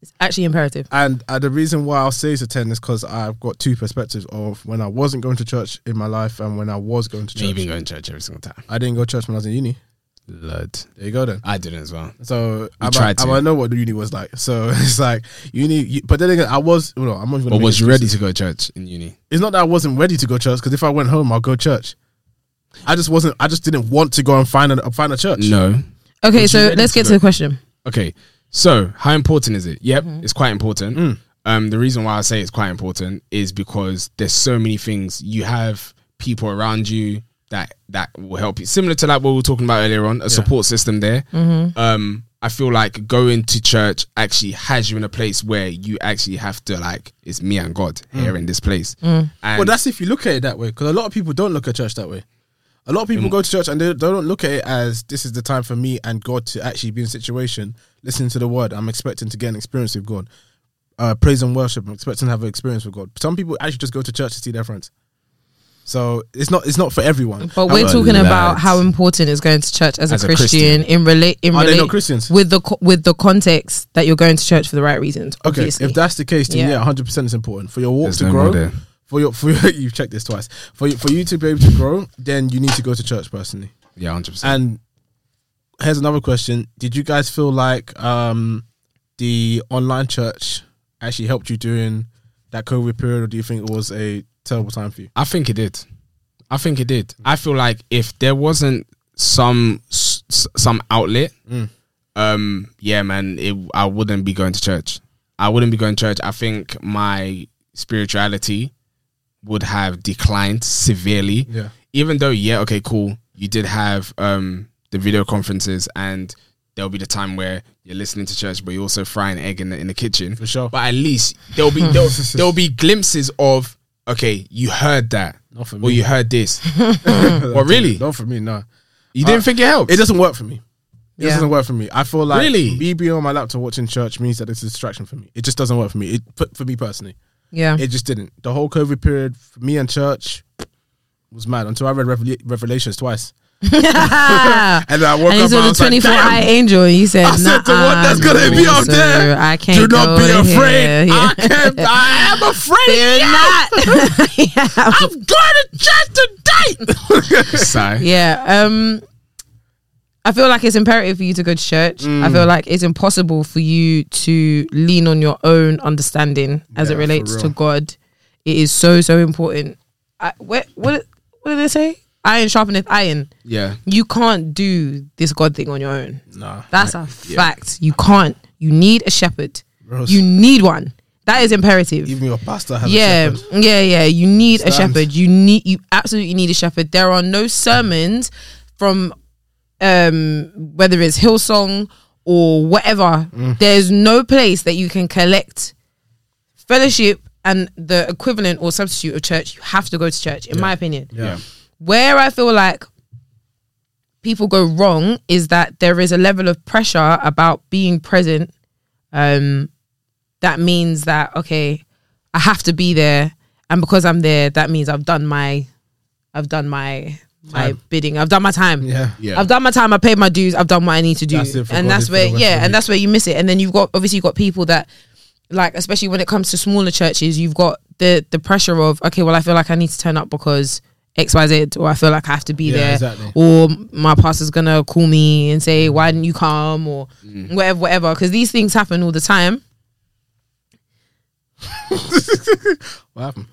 Speaker 2: It's actually imperative.
Speaker 1: And uh, the reason why I'll say it's a 10 is because I've got two perspectives of when I wasn't going to church in my life and when I was going to
Speaker 3: You've
Speaker 1: church.
Speaker 3: been going to church every single time.
Speaker 1: I didn't go to church when I was in uni.
Speaker 3: Lord.
Speaker 1: There you go then.
Speaker 3: I didn't as well.
Speaker 1: So I,
Speaker 3: tried
Speaker 1: I,
Speaker 3: to.
Speaker 1: I know what the uni was like. So it's like uni, you, but then again, I was. Well, I'm not even. gonna
Speaker 3: But
Speaker 1: make
Speaker 3: was you ready
Speaker 1: excuses.
Speaker 3: to go to church in uni?
Speaker 1: It's not that I wasn't ready to go church because if I went home, I'll go church. I just wasn't. I just didn't want to go and find a find a church.
Speaker 3: No.
Speaker 2: Okay,
Speaker 3: Would you
Speaker 2: so
Speaker 3: ready
Speaker 2: let's
Speaker 3: to
Speaker 2: get
Speaker 3: go?
Speaker 2: to the question.
Speaker 3: Okay, so how important is it? Yep, it's quite important.
Speaker 1: Mm.
Speaker 3: Um, the reason why I say it's quite important is because there's so many things you have people around you that that will help you. Similar to like what we were talking about earlier on, a support system there. Um, I feel like going to church actually has you in a place where you actually have to like it's me and God here in this place. And
Speaker 1: Mm. Well, that's if you look at it that way because a lot of people don't look at church that way. A lot of
Speaker 3: Mm.
Speaker 1: people go to church and they they don't look at it as this is the time for me and God to actually be in a situation, listening to the word. I'm expecting to get an experience with God. Uh, praise and worship. I'm expecting to have an experience with God. Some people actually just go to church to see their friends. So it's not it's not for everyone.
Speaker 2: But
Speaker 1: And
Speaker 2: we're
Speaker 3: a
Speaker 2: talking about
Speaker 3: lad.
Speaker 2: how important is going to church as,
Speaker 3: As
Speaker 2: a
Speaker 3: a
Speaker 2: Christian,
Speaker 3: Christian.
Speaker 2: in relate in
Speaker 1: Are they
Speaker 2: relate
Speaker 1: not Christians?
Speaker 2: with the co- with the context that you're going to church for the right reasons.
Speaker 1: Okay,
Speaker 2: obviously.
Speaker 1: if that's the case, then
Speaker 2: Yeah.
Speaker 1: yeah, hundred percent is important for your walk
Speaker 3: There's
Speaker 1: to
Speaker 3: no
Speaker 1: grow.
Speaker 3: more there.
Speaker 1: For your for your, you've checked this twice. For you, for you to be able to grow, then you need to go to church personally.
Speaker 3: yeah, hundred percent.
Speaker 1: And here's another question: Did you guys feel like um, the online church actually helped you during that COVID period, or do you think it was a terrible time for you?
Speaker 3: I think it did. I think it did. I feel like if there wasn't some s- s- some outlet,
Speaker 1: Mm.
Speaker 3: um, yeah, man, it, I wouldn't be going to church. I wouldn't be going to church. I think my spirituality would have declined severely.
Speaker 1: Yeah.
Speaker 3: Even though, yeah, okay, cool. You did have um the video conferences, and there'll be the time where you're listening to church, but you're also frying egg in the, in the kitchen.
Speaker 1: For sure.
Speaker 3: But at least there'll be there'll, there'll be glimpses of okay, you heard that,
Speaker 1: Not for
Speaker 3: or
Speaker 1: me.
Speaker 3: you heard this. well, really,
Speaker 1: Not for me, no.
Speaker 3: you didn't think it helped.
Speaker 1: It doesn't work for me. It
Speaker 2: Yeah.
Speaker 1: doesn't work for me. I feel like
Speaker 3: Really?
Speaker 1: me being on my laptop watching church means that it's a distraction for me. It just doesn't work for me. It for, for me personally.
Speaker 2: yeah,
Speaker 1: It just didn't. The whole COVID period for me and church was mad until I read Revel- Revelations twice.
Speaker 2: and
Speaker 1: And then I woke
Speaker 2: he
Speaker 1: up and
Speaker 2: saw
Speaker 1: I
Speaker 2: the
Speaker 1: was like,
Speaker 2: 24 eye
Speaker 1: damn.
Speaker 2: angel. And he said,
Speaker 1: I said the
Speaker 2: "Nuh-uh,
Speaker 1: one that's gonna be up
Speaker 2: sir,
Speaker 1: there.
Speaker 2: I can't.
Speaker 1: Do not
Speaker 2: go
Speaker 1: be afraid.
Speaker 2: Here.
Speaker 1: I can I am afraid.
Speaker 2: Fear not.
Speaker 1: I'm going to church today.
Speaker 3: Sigh.
Speaker 2: yeah. Um, I feel like it's imperative for you to go to church.
Speaker 1: Mm.
Speaker 2: I feel like it's impossible for you to lean on your own understanding as
Speaker 1: Yeah,
Speaker 2: it
Speaker 1: for
Speaker 2: relates to
Speaker 1: real.
Speaker 2: God. It is so so important. I, what what what did they say? Iron sharpeneth iron.
Speaker 3: Yeah.
Speaker 2: You can't do this God thing on your own.
Speaker 1: Nah.
Speaker 2: That's a fact. You can't. You need a shepherd.
Speaker 1: Bros.
Speaker 2: You need one. That is imperative.
Speaker 1: Even your pastor has
Speaker 2: yeah,
Speaker 1: a shepherd.
Speaker 2: yeah, yeah. You need a
Speaker 1: Stand.
Speaker 2: shepherd. You need. You absolutely need a shepherd. There are no sermons from, um, whether it's Hillsong or whatever.
Speaker 1: Mm.
Speaker 2: There's no place that you can collect fellowship and the equivalent or substitute of church. You have to go to church, in my opinion
Speaker 1: Yeah.
Speaker 2: where I feel like people go wrong is that there is a level of pressure about being present. Um, that means that okay, I have to be there, and because I'm there, that means I've done my, I've done my my
Speaker 1: Time.
Speaker 2: bidding. I've done my time.
Speaker 1: Yeah.
Speaker 3: Yeah.
Speaker 2: I've done my time. I paid my dues. I've done what I need to do,
Speaker 1: That's it for
Speaker 2: and
Speaker 1: God,
Speaker 2: that's
Speaker 1: it's
Speaker 2: where
Speaker 1: for the rest of
Speaker 2: yeah,
Speaker 1: the
Speaker 2: and that's where you miss it. And then you've got obviously you've got people that like, especially when it comes to smaller churches, you've got the the pressure of okay, well, I feel like I need to turn up because X Y Z, or I feel like I have to be
Speaker 1: Yeah,
Speaker 2: there,
Speaker 1: exactly. Mm.
Speaker 2: or my pastor's gonna call me and say why didn't you come or whatever, whatever. Because these things happen all the time.
Speaker 1: What happened?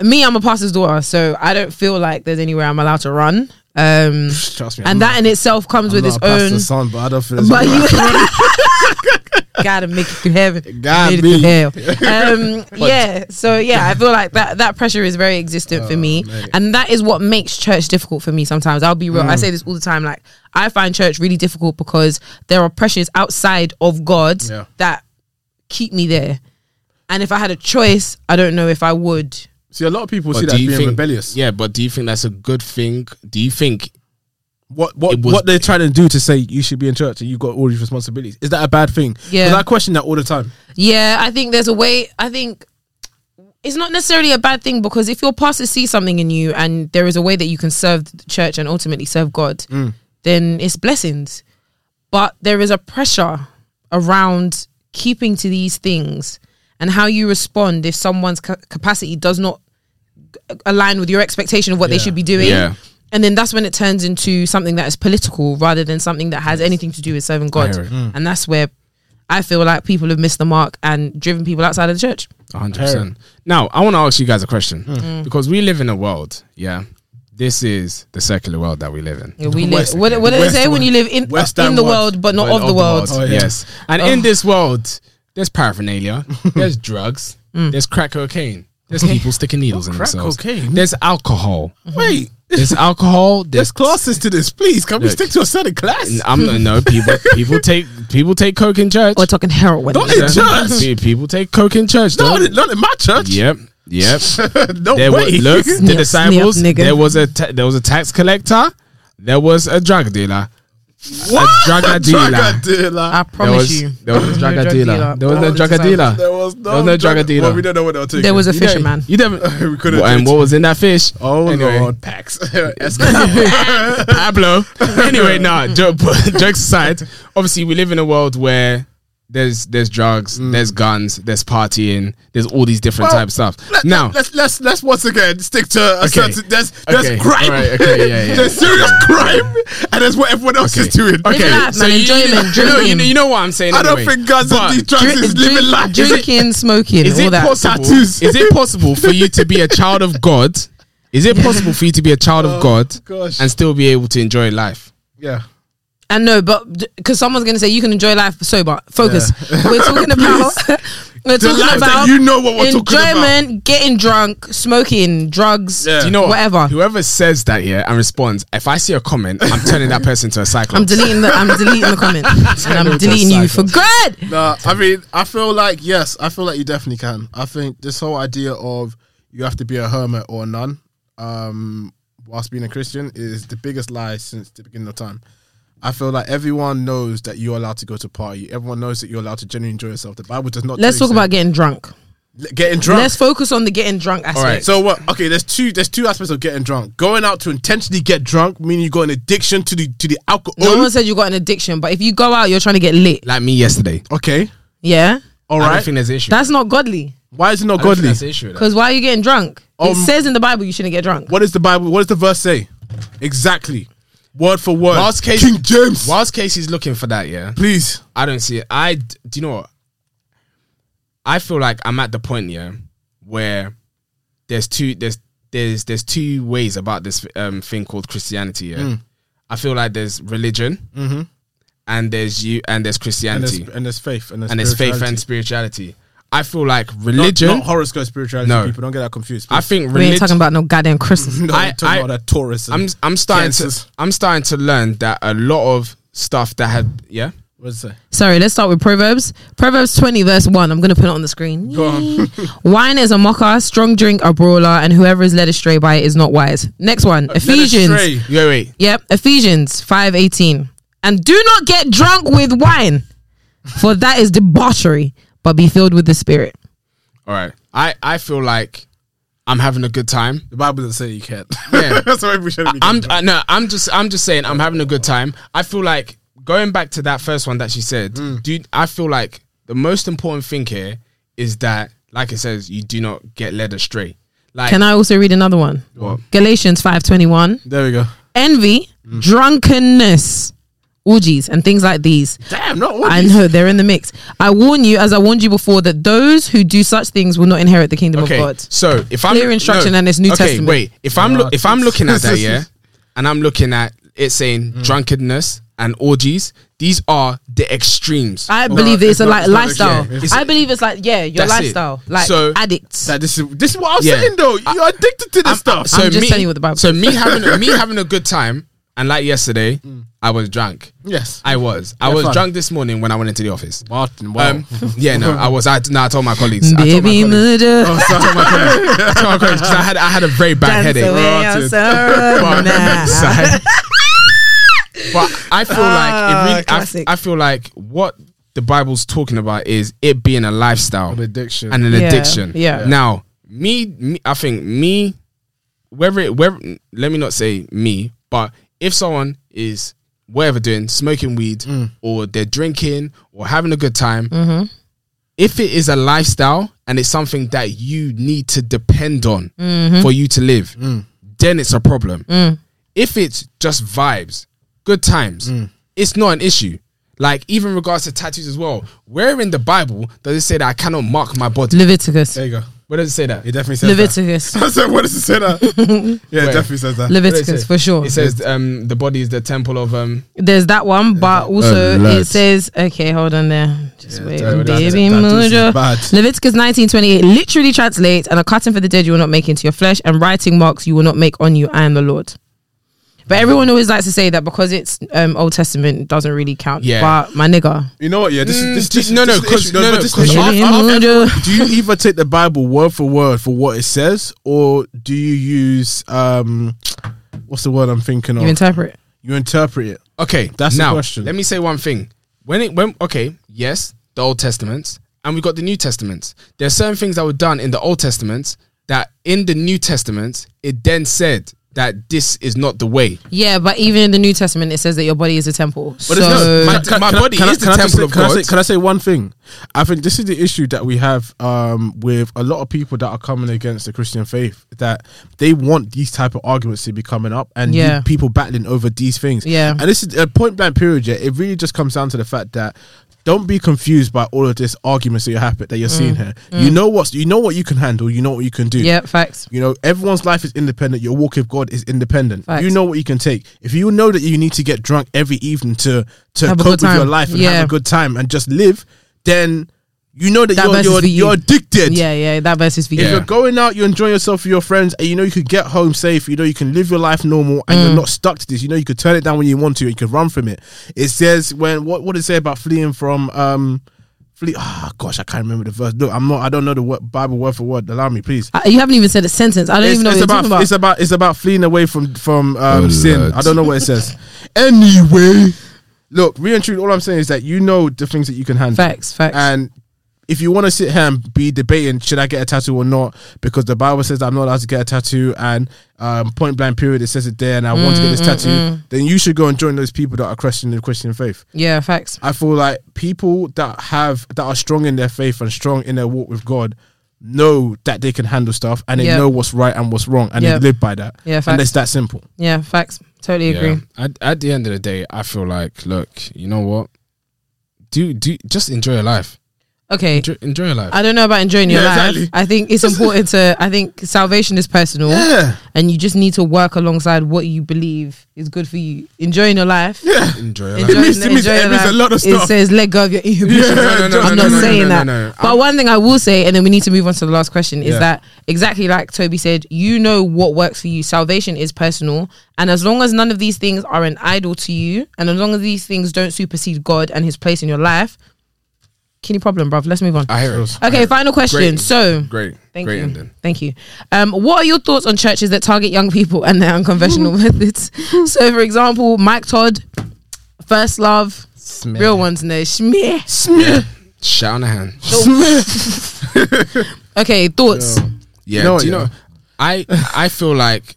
Speaker 2: Me, I'm a pastor's daughter, so I don't feel like there's anywhere I'm allowed to run. Um,
Speaker 1: Trust me. I'm
Speaker 2: and
Speaker 1: not-
Speaker 2: that in itself comes
Speaker 1: I'm
Speaker 2: with
Speaker 1: not
Speaker 2: its
Speaker 1: a
Speaker 2: own.
Speaker 1: pastor's son, but I don't feel it's
Speaker 2: But
Speaker 1: right.
Speaker 2: you gotta make it to heaven.
Speaker 1: Gotta
Speaker 2: Made
Speaker 1: be.
Speaker 2: it to hell. Um, yeah. So yeah, I feel like that that pressure is very existent for me,
Speaker 1: Oh, mate. Mm.
Speaker 2: and that is what makes church difficult for me. Sometimes I'll be real. I say this all the time. Like I find church really difficult because there are pressures outside of God
Speaker 1: Yeah.
Speaker 2: that keep me there. And if I had a choice, I don't know if I would.
Speaker 1: See, a lot of people
Speaker 3: But
Speaker 1: see that
Speaker 3: do you
Speaker 1: being
Speaker 3: think-
Speaker 1: rebellious.
Speaker 3: Yeah, but do you think that's a good thing? Do you think
Speaker 1: What what
Speaker 3: It was-
Speaker 1: what they're trying to do to say you should be in church and you got all these responsibilities is that a bad thing?
Speaker 2: Yeah.
Speaker 1: 'Cause I question that all the time.
Speaker 3: Mm-hmm.
Speaker 2: Yeah, I think there's a way. I think it's not necessarily a bad thing because if your pastor sees something in you and there is a way that you can serve the church and ultimately serve God, then it's blessings. But there is a pressure around keeping to these things and how you respond if someone's ca- capacity does not g- align with your expectation of what they
Speaker 1: Yeah.
Speaker 2: should be doing.
Speaker 3: Yeah.
Speaker 2: And then that's when it turns into something that is political rather than something that has anything to do with serving God.
Speaker 3: hear it.
Speaker 2: And that's where I feel like people have missed the mark and driven people outside of the church.
Speaker 3: 100%. Now, I want to ask you guys a question
Speaker 1: Hmm.
Speaker 2: Mm.
Speaker 3: because we live in a world, yeah. This is the secular world that we live in.
Speaker 2: Yeah, we live.
Speaker 1: West-
Speaker 2: What, what do they
Speaker 1: West
Speaker 2: say when
Speaker 1: world.
Speaker 2: you live in
Speaker 1: West
Speaker 2: in
Speaker 1: and
Speaker 2: the
Speaker 1: world.
Speaker 2: world, but not
Speaker 3: Well,
Speaker 2: of the world?
Speaker 1: Oh, yeah.
Speaker 3: Yes. And in this world, there's paraphernalia, there's drugs,
Speaker 2: Mm.
Speaker 3: there's crack cocaine, there's people sticking needles
Speaker 2: Oh,
Speaker 3: in
Speaker 1: Crack
Speaker 3: themselves.
Speaker 1: cocaine?
Speaker 3: There's alcohol.
Speaker 1: Wait,
Speaker 3: There's alcohol.
Speaker 1: there's
Speaker 3: There's
Speaker 1: classes to this. Please, can we
Speaker 3: Look.
Speaker 1: stick to a certain class?
Speaker 3: And I'm not no people. People take people take coke in church.
Speaker 2: We're talking heroin.
Speaker 1: Don't in church.
Speaker 3: Pe- People take coke in church.
Speaker 1: No,
Speaker 3: though.
Speaker 1: not in my church.
Speaker 3: Yep. Yep.
Speaker 1: no
Speaker 3: There
Speaker 1: way.
Speaker 3: was look the
Speaker 2: Snip,
Speaker 3: disciples.
Speaker 2: snip, nigga.
Speaker 3: there was a ta- there was a tax collector. There was a drug dealer.
Speaker 1: what?
Speaker 3: a drug dealer.
Speaker 1: drug dealer.
Speaker 2: I
Speaker 3: There
Speaker 2: promise
Speaker 3: was
Speaker 2: you.
Speaker 3: there was a drug
Speaker 2: drug
Speaker 3: dealer.
Speaker 2: dealer. Oh,
Speaker 3: There was
Speaker 2: All
Speaker 3: no
Speaker 2: the
Speaker 3: drug
Speaker 2: disciples.
Speaker 3: dealer.
Speaker 1: There was no,
Speaker 3: Ah. there was no drug dealer.
Speaker 1: Well, we don't know what they were taking.
Speaker 2: There was a
Speaker 1: You
Speaker 2: fisherman.
Speaker 3: You never.
Speaker 1: don't- we couldn't.
Speaker 3: and what
Speaker 1: judge.
Speaker 3: was in that fish?
Speaker 1: Oh
Speaker 3: Anyway.
Speaker 1: lord, packs. Escalade.
Speaker 3: Pablo. anyway, nah, joke, jokes aside, obviously we live in a world where there's there's drugs, there's guns, there's partying, there's all these different
Speaker 1: Mm. Well,
Speaker 3: types of stuff.
Speaker 1: Let,
Speaker 3: now,
Speaker 1: let's let's let's once again stick to a
Speaker 3: Okay.
Speaker 1: certain. There's there's
Speaker 3: Okay.
Speaker 1: crime.
Speaker 3: Alright, okay, yeah, yeah.
Speaker 1: there's serious crime, and there's what everyone else is doing.
Speaker 2: Live life, man, enjoyment,
Speaker 3: you, know, you,
Speaker 2: drinking.
Speaker 3: know, you know what I'm saying.
Speaker 1: I don't
Speaker 3: anyway.
Speaker 1: think guns
Speaker 3: But
Speaker 1: and these drugs
Speaker 2: Drink-
Speaker 1: is living
Speaker 2: drink-
Speaker 1: life.
Speaker 2: drinking, smoking,
Speaker 3: Is
Speaker 2: all
Speaker 3: it
Speaker 2: that.
Speaker 3: possible?
Speaker 1: Tattoos.
Speaker 3: Is it possible for you to be a child of God? Is it possible for you to be a child of God
Speaker 1: Oh, gosh.
Speaker 3: and still be able to enjoy life?
Speaker 1: Yeah.
Speaker 2: I know, but because someone's gonna say you can enjoy life sober, focus. We're talking about
Speaker 1: The
Speaker 2: we're talking
Speaker 1: life that
Speaker 2: about
Speaker 1: you know what we're talking about.
Speaker 2: enjoyment, getting drunk, smoking, drugs.
Speaker 1: Yeah.
Speaker 3: Do you know what?
Speaker 2: whatever?
Speaker 3: Whoever says that here and responds, if I see a comment, I'm turning that person to a cyclops.
Speaker 2: I'm deleting the I'm deleting the comment and I'm deleting you for good.
Speaker 1: No, I mean, I feel like yes, I feel like you definitely can. I think this whole idea of you have to be a hermit or a nun, um, whilst being a Christian, is the biggest lie since the beginning of time. I feel like everyone knows that you're allowed to go to party. Everyone knows that you're allowed to genuinely enjoy yourself. The Bible does not.
Speaker 2: Let's
Speaker 1: tell
Speaker 2: talk
Speaker 1: you so.
Speaker 2: about getting drunk.
Speaker 1: L- Getting drunk.
Speaker 2: Let's focus on the getting drunk aspect.
Speaker 3: right.
Speaker 1: so what? Okay, there's two. There's two aspects of getting drunk. Going out to intentionally get drunk, meaning you got an addiction to the to the alcohol.
Speaker 2: No one said you got an addiction, but if you go out, you're trying to get lit.
Speaker 3: Like me yesterday.
Speaker 1: okay,
Speaker 2: Yeah,
Speaker 1: all
Speaker 3: I
Speaker 1: right.
Speaker 3: don't think there's an issue.
Speaker 2: that's not godly.
Speaker 1: Why is it not
Speaker 3: I don't think
Speaker 1: godly?
Speaker 3: That's the issue. with that.
Speaker 2: Because why are you getting drunk? it
Speaker 1: Um,
Speaker 2: says in the Bible you shouldn't get drunk.
Speaker 1: What does the Bible? What does the verse say? Exactly, word for word.
Speaker 3: Whilst Casey-
Speaker 1: King James.
Speaker 3: Whilst Casey's looking for that, yeah,
Speaker 1: Please.
Speaker 3: I don't see it. I d- do you know what? I feel like I'm at the point yeah where there's two there's there's there's two ways about this um thing called Christianity. Yeah,
Speaker 1: Hmm.
Speaker 3: I feel like there's religion and there's you and there's
Speaker 1: Mm-hmm. And
Speaker 3: Christianity
Speaker 1: there's,
Speaker 3: and there's,
Speaker 1: and there's faith and there's,
Speaker 3: faith and
Speaker 1: spirituality.
Speaker 3: spirituality. I feel like
Speaker 1: Not-
Speaker 3: religion.
Speaker 1: Not, horoscope spirituality.
Speaker 3: No.
Speaker 1: People don't get that confused.
Speaker 3: I
Speaker 1: please.
Speaker 3: think
Speaker 2: we ain't talking
Speaker 3: religion.
Speaker 2: about no goddamn Christmas.
Speaker 1: no,
Speaker 3: I-
Speaker 1: I'm talking
Speaker 3: I-
Speaker 1: about that Taurus. and-
Speaker 3: I'm I'm starting
Speaker 1: Cancers.
Speaker 3: to I'm starting to learn that a lot of stuff that had yeah
Speaker 1: What's that?
Speaker 2: Sorry, let's start with Proverbs. Proverbs 20, verse 1. I'm going to put it on the screen.
Speaker 1: Go on.
Speaker 2: Wine is a mocker, strong drink a brawler, and whoever is led astray by it is not wise. Next one, Ephesians.
Speaker 1: astray.
Speaker 3: wait wait
Speaker 2: Yep, Ephesians 5:18. And do not get drunk with wine, for that is debauchery, but be filled with the spirit.
Speaker 3: all right I I feel like I'm having a good time.
Speaker 1: The Bible doesn't say you can't.
Speaker 3: Yeah.
Speaker 1: That's why we shouldn't be.
Speaker 3: I'm
Speaker 1: getting drunk.
Speaker 3: I, no, I'm just I'm just saying I'm having a good time. I feel like going back to that first one that she said, dude, I feel like the most important thing here is that, like it says, you do not get led astray. Like
Speaker 2: Can I also read another one?
Speaker 3: What?
Speaker 2: Galatians 5:21.
Speaker 1: there we go.
Speaker 2: Envy,
Speaker 3: Mm-hmm.
Speaker 2: drunkenness, orgies and things like these.
Speaker 1: Damn, not all
Speaker 2: I
Speaker 1: these.
Speaker 2: know they're in the mix. I warn you, as I warned you before, that those who do such things will not inherit the kingdom
Speaker 3: okay,
Speaker 2: of God.
Speaker 3: so if I'm
Speaker 2: Clear instruction and it's New Testament.
Speaker 3: wait, if I'm lo- if I'm looking at that,
Speaker 1: Marcus.
Speaker 3: yeah, and I'm looking at it saying drunkenness and orgies, these are the extremes.
Speaker 2: I believe
Speaker 1: it's
Speaker 2: it's a
Speaker 1: not-
Speaker 2: like
Speaker 1: it's not
Speaker 2: lifestyle.
Speaker 1: extreme. It's-
Speaker 2: I believe it's like yeah, your
Speaker 3: That's it.
Speaker 2: lifestyle, like
Speaker 3: So-
Speaker 2: addicts.
Speaker 1: That this is this is what I'm
Speaker 3: Yeah.
Speaker 1: saying though. You're addicted to this stuff.
Speaker 2: I'm just telling you what the Bible
Speaker 3: So me having me having a good time, and like yesterday, I was drunk.
Speaker 1: yes,
Speaker 3: I was. I
Speaker 1: Mm. Yeah,
Speaker 3: was
Speaker 1: fun.
Speaker 3: drunk this morning when I went into the office.
Speaker 1: Martin. Wow.
Speaker 3: Um, yeah, no, I was. I, no, I told my colleagues. I told my Oh,
Speaker 2: Baby
Speaker 3: colleagues.
Speaker 2: murder.
Speaker 3: I told my colleagues. I told my colleagues 'cause I had I had a very bad
Speaker 2: Dance
Speaker 3: headache.
Speaker 2: away your
Speaker 1: Rotted.
Speaker 2: sorrow
Speaker 3: But-
Speaker 2: now.
Speaker 3: Sorry. But I feel
Speaker 2: Ah,
Speaker 3: like it really. I f-
Speaker 2: classic.
Speaker 3: I, feel like what the Bible's talking about is it being a lifestyle,
Speaker 1: addiction.
Speaker 3: and an
Speaker 2: Yeah,
Speaker 3: addiction.
Speaker 2: yeah.
Speaker 3: Now, me, me, I think me, whether it, whether let me not say me, but if someone is whatever doing smoking weed or they're drinking or having a good time,
Speaker 2: Mm-hmm.
Speaker 3: if it is a lifestyle and it's something that you need to depend on
Speaker 2: Mm-hmm.
Speaker 3: for you to live, then it's a problem.
Speaker 2: Mm.
Speaker 3: If it's just vibes, good times, it's not an issue. Like even regards to tattoos as well. Where in the Bible does it say that I cannot mark my body?
Speaker 2: Leviticus.
Speaker 1: there you go.
Speaker 3: Where does it say that?
Speaker 1: It definitely says
Speaker 2: Leviticus.
Speaker 1: that. I said, what does it say that? yeah, it definitely says that.
Speaker 2: Leviticus
Speaker 3: say?
Speaker 2: for sure.
Speaker 3: It says um, the body is the temple of um.
Speaker 2: There's that one, but also it
Speaker 3: loads.
Speaker 2: says okay, hold on there. Just
Speaker 1: Yeah,
Speaker 2: wait.
Speaker 1: that- that-
Speaker 2: Baby
Speaker 1: that- that is
Speaker 2: murder.
Speaker 1: bad.
Speaker 2: Leviticus 19:28 literally translates, and a cutting for the dead you will not make into your flesh, and writing marks you will not make on you. I am the Lord. But
Speaker 1: Mm-hmm.
Speaker 2: everyone always likes to say that because it's um, Old Testament it doesn't really count.
Speaker 3: Yeah.
Speaker 2: But my nigga,
Speaker 1: You know what? Yeah, this
Speaker 3: Mm,
Speaker 1: is this,
Speaker 3: do-
Speaker 1: this,
Speaker 3: no,
Speaker 1: this
Speaker 3: no,
Speaker 1: is the
Speaker 3: 'cause-
Speaker 1: issue. No,
Speaker 3: no,
Speaker 1: but
Speaker 3: no,
Speaker 1: this is
Speaker 3: 'cause
Speaker 1: the
Speaker 2: Baby
Speaker 1: issue. I've- I've-
Speaker 2: murder.
Speaker 1: do you either take the Bible word for word for what it says, or do you use um, what's the word I'm thinking of?
Speaker 2: you interpret.
Speaker 1: you interpret it.
Speaker 3: Okay,
Speaker 1: That's the
Speaker 3: now,
Speaker 1: question.
Speaker 3: Let me say one thing. When it when okay, yes, the Old Testaments, and we got the New Testaments. There are certain things that were done in the Old Testaments that in the New Testaments it then said that this is not the way.
Speaker 2: Yeah, but even in the New Testament, it says that your body is a temple.
Speaker 3: But it's
Speaker 2: so
Speaker 3: not- my body is
Speaker 1: I
Speaker 3: the
Speaker 1: just
Speaker 3: temple
Speaker 1: say-
Speaker 3: of
Speaker 1: can I say-
Speaker 3: God.
Speaker 1: can I say one thing? I think this is the issue that we have um, with a lot of people that are coming against the Christian faith that they want these type of arguments to be coming up and
Speaker 2: Yeah.
Speaker 1: you- people battling over these things.
Speaker 2: Yeah.
Speaker 1: and this is a point blank period. Yeah, it really just comes down to the fact that. Don't be confused by all of this arguments that you're happy, that you're
Speaker 2: Mm.
Speaker 1: seeing here. You know what's you know what you can handle. You know what you can do.
Speaker 2: yeah, facts.
Speaker 1: You know, everyone's life is independent. Your walk with God is independent.
Speaker 2: Facts.
Speaker 1: You know what you can take. If you know that you need to get drunk every evening to to
Speaker 2: Have a
Speaker 1: cope
Speaker 2: good
Speaker 1: with your
Speaker 2: time.
Speaker 1: life and
Speaker 2: Yeah.
Speaker 1: have a good time and just live, then you know that,
Speaker 2: That verse is
Speaker 1: you're you're,
Speaker 2: for you.
Speaker 1: you're addicted.
Speaker 2: Yeah, yeah, that verse is for you.
Speaker 1: If you're going out, you're enjoying yourself with your friends, and you know you could get home safe. You know you can live your life normal, and
Speaker 2: Mm.
Speaker 1: you're not stuck to this. You know you could turn it down when you want to, and you could run from it. It says when what what did it say about fleeing from um flee? Oh gosh, I can't remember the verse. Look, I'm not. I don't know the word, Bible word for word. Allow me, please
Speaker 2: Uh, You haven't even said a sentence. I don't even know what you're
Speaker 1: about,
Speaker 2: talking about.
Speaker 1: It's about it's about fleeing away from from um,
Speaker 3: Oh,
Speaker 1: sin.
Speaker 3: Lord.
Speaker 1: I don't know what it says. anyway, look, re and truth. All I'm saying is that you know the things that you can handle,
Speaker 2: Facts, facts.
Speaker 1: and if you want to sit here and be debating should I get a tattoo or not because the Bible says I'm not allowed to get a tattoo and um, point blank period it says it there and I want to get
Speaker 2: Mm,
Speaker 1: this tattoo, then you should go and join those people that are questioning the Christian faith.
Speaker 2: Yeah, facts.
Speaker 1: I feel like people that have that are strong in their faith and strong in their walk with God know that they can handle stuff and they
Speaker 2: Yeah.
Speaker 1: know what's right and what's wrong and
Speaker 2: Yeah.
Speaker 1: they live by that.
Speaker 2: Yeah,
Speaker 1: and
Speaker 2: facts.
Speaker 1: it's that simple.
Speaker 2: Yeah, facts. Totally agree.
Speaker 3: Yeah. At, at the end of the day, I feel like, look, you know what? Do do just enjoy your life.
Speaker 2: Okay.
Speaker 3: Enjoy, enjoy your life.
Speaker 2: I don't know about enjoying your
Speaker 1: Yeah,
Speaker 2: life.
Speaker 1: exactly.
Speaker 2: I think it's important to. I think salvation is personal,
Speaker 1: Yeah.
Speaker 2: and you just need to work alongside what you believe is good for you. Enjoying your life.
Speaker 1: Yeah.
Speaker 3: enjoy your
Speaker 2: Enjoy,
Speaker 3: life.
Speaker 1: means- it means-
Speaker 2: enjoy
Speaker 1: it
Speaker 2: your
Speaker 1: means a
Speaker 2: life.
Speaker 1: lot of
Speaker 2: It
Speaker 1: stuff.
Speaker 2: says let go of your inhibitions.
Speaker 1: Yeah, no, no,
Speaker 2: I'm
Speaker 1: no,
Speaker 2: not
Speaker 1: no, no,
Speaker 2: saying
Speaker 3: no,
Speaker 2: that.
Speaker 3: no, no.
Speaker 2: But
Speaker 3: I'm-
Speaker 2: one thing I will say, and then we need to move on to the last question, is
Speaker 1: Yeah.
Speaker 2: that exactly like Toby said, you know what works for you. Salvation is personal. And as long as none of these things are an idol to you, and as long as these things don't supersede God and his place in your life, any problem, bruv. Let's move on.
Speaker 3: I hear it.
Speaker 2: Okay, final question.
Speaker 3: Great.
Speaker 2: So
Speaker 3: Great.
Speaker 2: Thank
Speaker 3: Great
Speaker 2: you.
Speaker 3: ending.
Speaker 2: Thank you. Um, what are your thoughts on churches that target young people and their unconventional methods? So, for example, Mike Todd, First Love, real ones, no schmear.
Speaker 1: Smear.
Speaker 3: Shout on the hand.
Speaker 1: Smear.
Speaker 2: Okay, thoughts.
Speaker 3: Yeah,
Speaker 1: You know
Speaker 3: do you
Speaker 1: what,
Speaker 3: know? I I feel like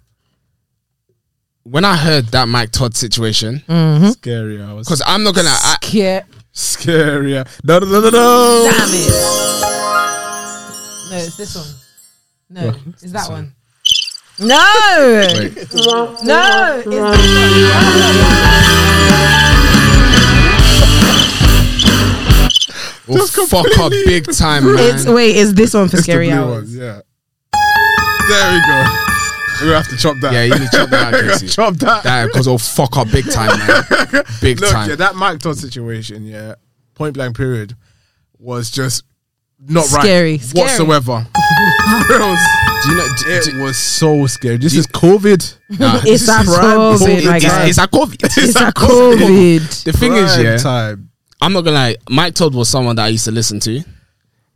Speaker 3: when I heard that Mike Todd situation,
Speaker 1: Mm. Mm-hmm. Scary hours.
Speaker 3: because I'm not gonna. I,
Speaker 2: Yeah.
Speaker 1: Scary. hours. No, no, no, no, no.
Speaker 2: Damn it. No, it's this one. No, it's that one. No,
Speaker 3: wait,
Speaker 2: no, it's
Speaker 3: we'll oh, fuck up big time, man.
Speaker 2: It's wait, it's this one for
Speaker 1: It's the
Speaker 2: scary
Speaker 1: blue
Speaker 2: hours.
Speaker 1: ones, Yeah. There we go. We're gonna have to chop that.
Speaker 3: yeah, you need to chop that, out,
Speaker 1: We're gonna
Speaker 3: Casey.
Speaker 1: chop that.
Speaker 3: That because we'll fuck up big time, man. Big
Speaker 1: Look,
Speaker 3: time.
Speaker 1: yeah, that Mike Todd situation, yeah, point blank period, was just not
Speaker 2: Scary,
Speaker 1: right
Speaker 2: scary.
Speaker 1: whatsoever. Bros,
Speaker 3: do you know? Do, do,
Speaker 1: it was so scary. This is COVID.
Speaker 3: nah,
Speaker 2: It's
Speaker 3: this
Speaker 2: a
Speaker 3: is
Speaker 1: prime
Speaker 2: COVID,
Speaker 1: COVID
Speaker 2: my
Speaker 3: it's,
Speaker 2: guy.
Speaker 3: it's a COVID.
Speaker 2: It's a COVID.
Speaker 3: The thing is,
Speaker 1: Prime
Speaker 3: yeah,
Speaker 1: time.
Speaker 3: I'm not gonna lie. Mike Todd was someone that I used to listen to,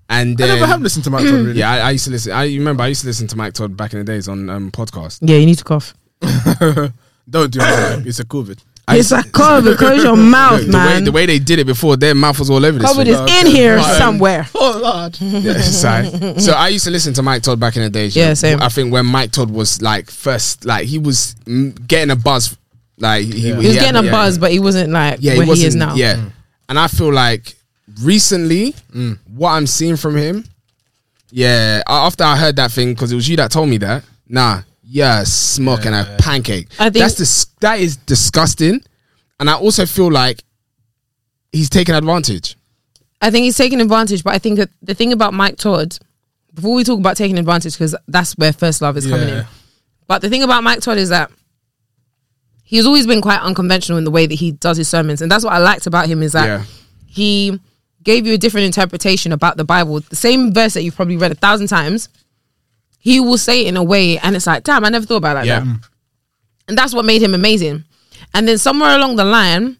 Speaker 3: and
Speaker 1: I
Speaker 3: then,
Speaker 1: never have listened to Mike Todd really.
Speaker 3: yeah, I, I used to listen. I you remember I used to listen to Mike Todd back in the days on um, podcast.
Speaker 2: Yeah, you need to cough.
Speaker 1: Don't do it. It's a COVID.
Speaker 3: I
Speaker 2: it's
Speaker 3: used
Speaker 2: a COVID. Close your mouth,
Speaker 3: the way
Speaker 2: man.
Speaker 3: the way they did it before, their mouth was all over this.
Speaker 2: COVID
Speaker 3: thing.
Speaker 2: is in here
Speaker 1: Fine.
Speaker 2: somewhere.
Speaker 1: Oh lord.
Speaker 3: Yeah, it's like- so I used to listen to Mike Todd back in the days. you
Speaker 2: Yeah,
Speaker 3: know.
Speaker 2: same.
Speaker 3: I think when Mike Todd was like first, like he was mm, getting a buzz. Like he,
Speaker 1: He
Speaker 2: He was
Speaker 3: yeah, Mm.
Speaker 2: getting a
Speaker 3: yeah,
Speaker 2: buzz, but he wasn't like
Speaker 3: Yeah,
Speaker 2: where
Speaker 3: he,
Speaker 2: he
Speaker 3: wasn't,
Speaker 2: is now.
Speaker 3: Yeah, and I feel like recently, what I'm seeing from him, yeah. a- After I heard that thing, because it was you that told me that. Nah, yeah, smoking a pancake.
Speaker 2: I think-
Speaker 3: that's dis- that is disgusting, and I also feel like he's taking advantage.
Speaker 2: I think he's taking advantage, but I think that the thing about Mike Todd, before we talk about taking advantage, because that's where first love is coming
Speaker 1: Yeah.
Speaker 2: in. But the thing about Mike Todd is that he's always been quite unconventional in the way that he does his sermons, and that's what I liked about him is that
Speaker 3: Yeah.
Speaker 2: he gave you a different interpretation about the Bible. The same verse that you've probably read a thousand times, he will say it in a way, and it's like, damn, I never thought about it like that.
Speaker 3: Yeah,
Speaker 2: And that's what made him amazing. And then somewhere along the line,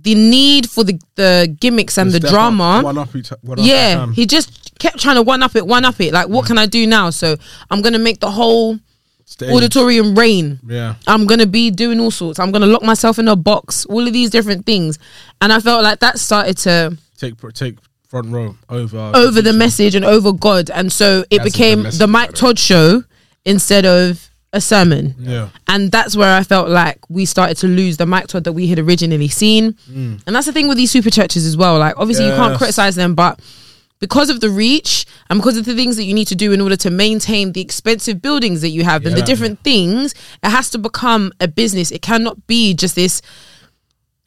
Speaker 2: the need for the, the gimmicks and the
Speaker 1: Step up,
Speaker 2: drama.
Speaker 1: One up each. One
Speaker 2: yeah,
Speaker 1: Up each
Speaker 3: um,
Speaker 1: time.
Speaker 2: he just kept trying to one up it, one up it. Like, what
Speaker 3: Mm.
Speaker 2: can I do now? So I'm gonna make the whole
Speaker 1: Stay.
Speaker 2: auditorium rain.
Speaker 1: Yeah.
Speaker 2: I'm gonna be doing all sorts. I'm gonna lock myself in a box. All of these different things, and I felt like that started to
Speaker 1: Take pr- take front row over.
Speaker 2: over the message and over God, and so it
Speaker 3: That's a
Speaker 2: became
Speaker 3: good message,
Speaker 2: the
Speaker 3: by
Speaker 2: Mike
Speaker 3: the
Speaker 2: Todd show instead of a sermon.
Speaker 1: Yeah.
Speaker 2: And that's where I felt like we started to lose the Mike Todd that we had originally seen. And that's the thing with these super churches as well. Like, obviously, you
Speaker 1: Mm.
Speaker 2: can't
Speaker 1: Yes.
Speaker 2: criticize them, but because of the reach and because of the things that you need to do in order to maintain the expensive buildings that you have and the
Speaker 1: Yeah.
Speaker 2: different things, it has to become a business. It cannot be just this.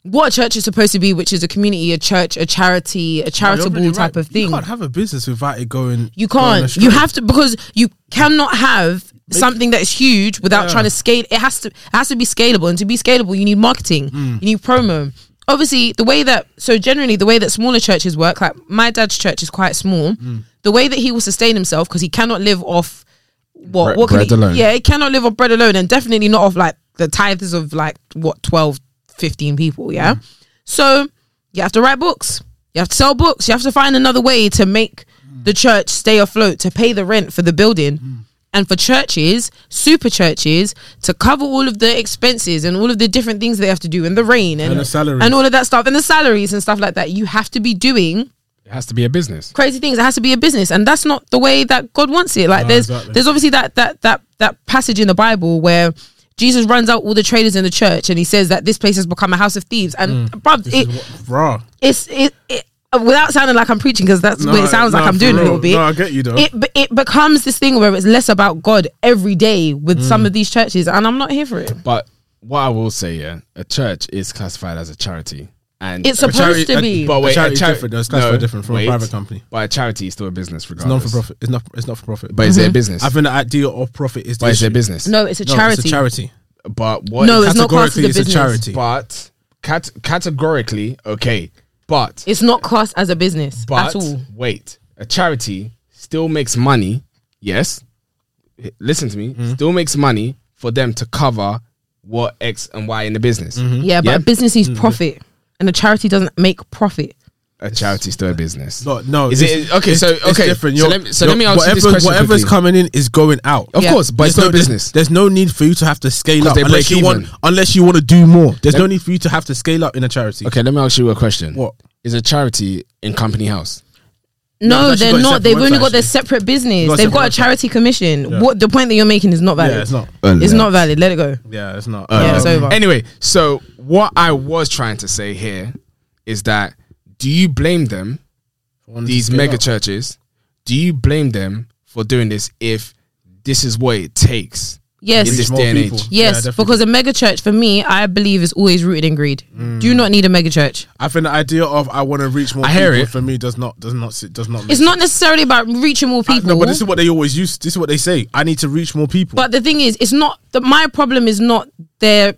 Speaker 2: What a church is supposed to be, which is a community, a church, a charity, a
Speaker 1: You're
Speaker 2: charitable
Speaker 1: really
Speaker 2: type
Speaker 1: right.
Speaker 2: of thing.
Speaker 1: You can't have a business without it going.
Speaker 2: You
Speaker 1: going
Speaker 2: can't.
Speaker 1: astray.
Speaker 2: You have to because you cannot have something that is huge without
Speaker 1: Yeah.
Speaker 2: trying to scale. It has to it has to be scalable, and to be scalable, you need marketing.
Speaker 3: Hmm.
Speaker 2: You need promo. Obviously, the way that so generally the way that smaller churches work, like my dad's church is quite small.
Speaker 3: Hmm.
Speaker 2: The way that he will sustain himself because he cannot live off what
Speaker 3: Bre-
Speaker 2: what can
Speaker 3: bread
Speaker 2: he,
Speaker 3: alone.
Speaker 2: Yeah, he cannot live off bread alone, and definitely not off like the tithes of like what 12, 15 people. Yeah, so you have to write books. You have to sell books. You have to find another way to make the church stay afloat, to pay the rent for the building. And for churches, super churches, to cover all of the expenses and all of the different things they have to do, and the rain and,
Speaker 1: And the salaries.
Speaker 2: and all of that stuff, and the salaries and stuff like that, you have to be doing
Speaker 3: It has to be a business.
Speaker 2: crazy things. It has to be a business, and that's not the way that God wants it. Like
Speaker 1: No,
Speaker 2: there's
Speaker 1: exactly.
Speaker 2: there's obviously that that that that passage in the Bible where Jesus runs out all the traders in the church, and he says that this place has become a house of thieves. And
Speaker 1: Mm.
Speaker 2: bruv,
Speaker 1: This
Speaker 2: it,
Speaker 1: is what- raw.
Speaker 2: it's it, it without sounding like I'm preaching because that's
Speaker 1: No,
Speaker 2: what it sounds
Speaker 1: no,
Speaker 2: like I'm
Speaker 1: for
Speaker 2: doing a
Speaker 1: real.
Speaker 2: little bit.
Speaker 1: No, I get you though.
Speaker 2: It be- it becomes this thing where it's less about God every day with
Speaker 1: Mm.
Speaker 2: some of these churches, and I'm not here for it.
Speaker 3: But what I will say, yeah, a church is classified as a charity, and
Speaker 2: It's supposed
Speaker 1: charity-
Speaker 2: to
Speaker 1: a-
Speaker 2: be.
Speaker 3: but wait,
Speaker 1: a charity is
Speaker 3: chari-
Speaker 1: different. though. It's classified different from
Speaker 3: wait.
Speaker 1: a private company.
Speaker 3: But a charity is still a business,
Speaker 1: It's not
Speaker 3: regardless.
Speaker 1: for profit. It's not. It's not for profit.
Speaker 3: But is
Speaker 2: Mm-hmm.
Speaker 3: it a business?
Speaker 1: I think the idea of profit is. The
Speaker 3: but is it a
Speaker 1: issue.
Speaker 3: business?
Speaker 2: no, it's a
Speaker 1: No,
Speaker 2: charity.
Speaker 1: It's a charity.
Speaker 3: But what?
Speaker 2: No,
Speaker 3: is-
Speaker 2: it's not classed as a
Speaker 1: Categorically, it's a
Speaker 2: business.
Speaker 1: charity.
Speaker 3: But cat- categorically, okay. But
Speaker 2: It's not classed as a business at
Speaker 3: but
Speaker 2: all.
Speaker 3: wait, a charity still makes money. Yes, H- listen to me.
Speaker 1: Mm-hmm.
Speaker 3: Still makes money for them to cover what X and Y in the business.
Speaker 1: Mm-hmm.
Speaker 2: Yeah, but
Speaker 3: Yeah.
Speaker 2: a business
Speaker 1: Mm.
Speaker 2: needs profit, and a charity doesn't make profit.
Speaker 3: A charity still a business.
Speaker 1: No, no.
Speaker 3: Is
Speaker 1: it's-
Speaker 3: it- okay, so-
Speaker 1: it's-
Speaker 3: okay.
Speaker 1: It's different.
Speaker 3: So
Speaker 1: You're-
Speaker 3: let me- so
Speaker 1: you're-
Speaker 3: let me ask you this
Speaker 1: whatever,
Speaker 3: question
Speaker 1: Whatever's
Speaker 3: quickly.
Speaker 1: coming in is going out.
Speaker 3: Of
Speaker 2: Yeah.
Speaker 3: course, but
Speaker 1: There's
Speaker 3: it's still a
Speaker 1: there's-
Speaker 3: business.
Speaker 1: There's, no need for you to have to scale
Speaker 3: Because
Speaker 1: up
Speaker 3: they
Speaker 1: unless
Speaker 3: break
Speaker 1: you want
Speaker 3: even.
Speaker 1: unless you want to do more. There's
Speaker 3: Let-
Speaker 1: no need for you to have to scale up in a charity.
Speaker 3: Okay, let me ask you a question.
Speaker 1: What?
Speaker 3: is a charity in Company House?
Speaker 2: No,
Speaker 1: they've actually
Speaker 2: they're
Speaker 1: got a
Speaker 2: not.
Speaker 1: separate
Speaker 2: They've only
Speaker 1: website,
Speaker 2: got their separate business.
Speaker 1: Got a
Speaker 2: They've got a
Speaker 1: separate
Speaker 2: charity commission. What the point that you're making is not valid.
Speaker 1: Yeah, it's not.
Speaker 2: It's not valid. Let it go.
Speaker 1: Yeah, it's not.
Speaker 2: Yeah,
Speaker 1: Um,
Speaker 2: it's over.
Speaker 3: Anyway, so what I was trying to say here is that do you blame them,
Speaker 1: wanted to
Speaker 3: these
Speaker 1: scale
Speaker 3: mega
Speaker 1: up.
Speaker 3: churches, do you blame them for doing this if this is what it takes?
Speaker 2: Yes.
Speaker 3: in this
Speaker 1: More
Speaker 3: day and
Speaker 1: people.
Speaker 3: age?
Speaker 1: Yeah,
Speaker 2: Yes,
Speaker 1: definitely.
Speaker 2: because a mega church for me, I believe is always rooted in greed.
Speaker 1: Mm.
Speaker 2: Do not need a mega church.
Speaker 1: I think the idea of I want to reach more
Speaker 3: I hear
Speaker 1: people
Speaker 3: it.
Speaker 1: for me does not does not sit- does not. make
Speaker 2: It's
Speaker 1: sense.
Speaker 2: not necessarily about reaching more
Speaker 1: I-
Speaker 2: people.
Speaker 1: No, but this is what they always use. This is what they say. I need to reach more people.
Speaker 2: But the thing is, it's not that my problem is not their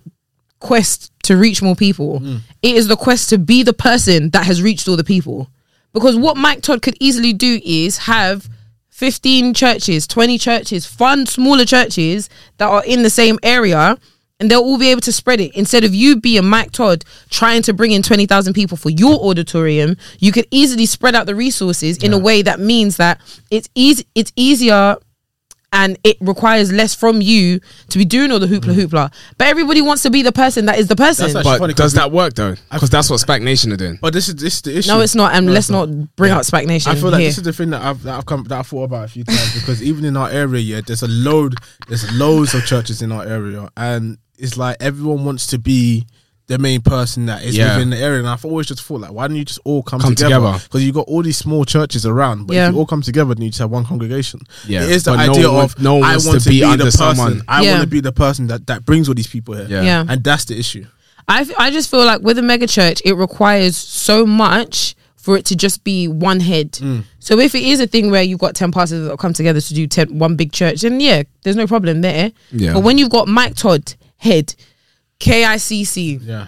Speaker 2: quest to reach more people. It is the quest to be the person that has reached all the people. Because what Mike Todd could easily do is have 15 churches, 20 churches, fund smaller churches that are in the same area and they'll all be able to spread it. Instead of you being Mike Todd trying to bring in 20,000 people for your auditorium, you could easily spread out the resources in a way that means that it's easy it's easier and it requires less from you to be doing all the hoopla hoopla. But everybody wants to be the person that is the person.
Speaker 1: Mm. That's actually- It's funny
Speaker 3: But
Speaker 1: 'cause
Speaker 3: does that work though? Because that's what Spac Nation are doing.
Speaker 1: But this is this is the issue.
Speaker 2: no, it's not. And
Speaker 1: No,
Speaker 2: let's
Speaker 1: it's not.
Speaker 2: not bring out Spac Nation
Speaker 1: I feel like
Speaker 2: here.
Speaker 1: this is the thing that I've that I've come that I've thought about a few times because even in our area, yeah, there's a load, there's loads of churches in our area, and it's like everyone wants to be the main person that is
Speaker 3: Yeah.
Speaker 1: within the area. And I've always just thought like, why don't you just all come,
Speaker 3: Come
Speaker 1: together?
Speaker 3: together.
Speaker 1: Because you got all these small churches around, but
Speaker 2: Yeah.
Speaker 1: if you all come together, then you just have one congregation.
Speaker 3: Yeah,
Speaker 1: it is the
Speaker 3: but no
Speaker 1: idea
Speaker 3: one-
Speaker 1: of
Speaker 3: no one
Speaker 1: I
Speaker 3: wants
Speaker 1: want to be, the
Speaker 3: under
Speaker 1: person.
Speaker 3: someone.
Speaker 1: I
Speaker 2: Yeah.
Speaker 1: want to be the person that that brings all these people here.
Speaker 3: Yeah.
Speaker 2: Yeah.
Speaker 1: and that's the issue.
Speaker 2: I, f- I just feel like with a mega church, it requires so much for it to just be one head.
Speaker 1: Mm.
Speaker 2: So if it is a thing where you've got 10 pastors that come together to do 10, one big church, then yeah, there's no problem there.
Speaker 3: Yeah.
Speaker 2: But when you've got Mike Todd, head, KICC,
Speaker 1: Yeah,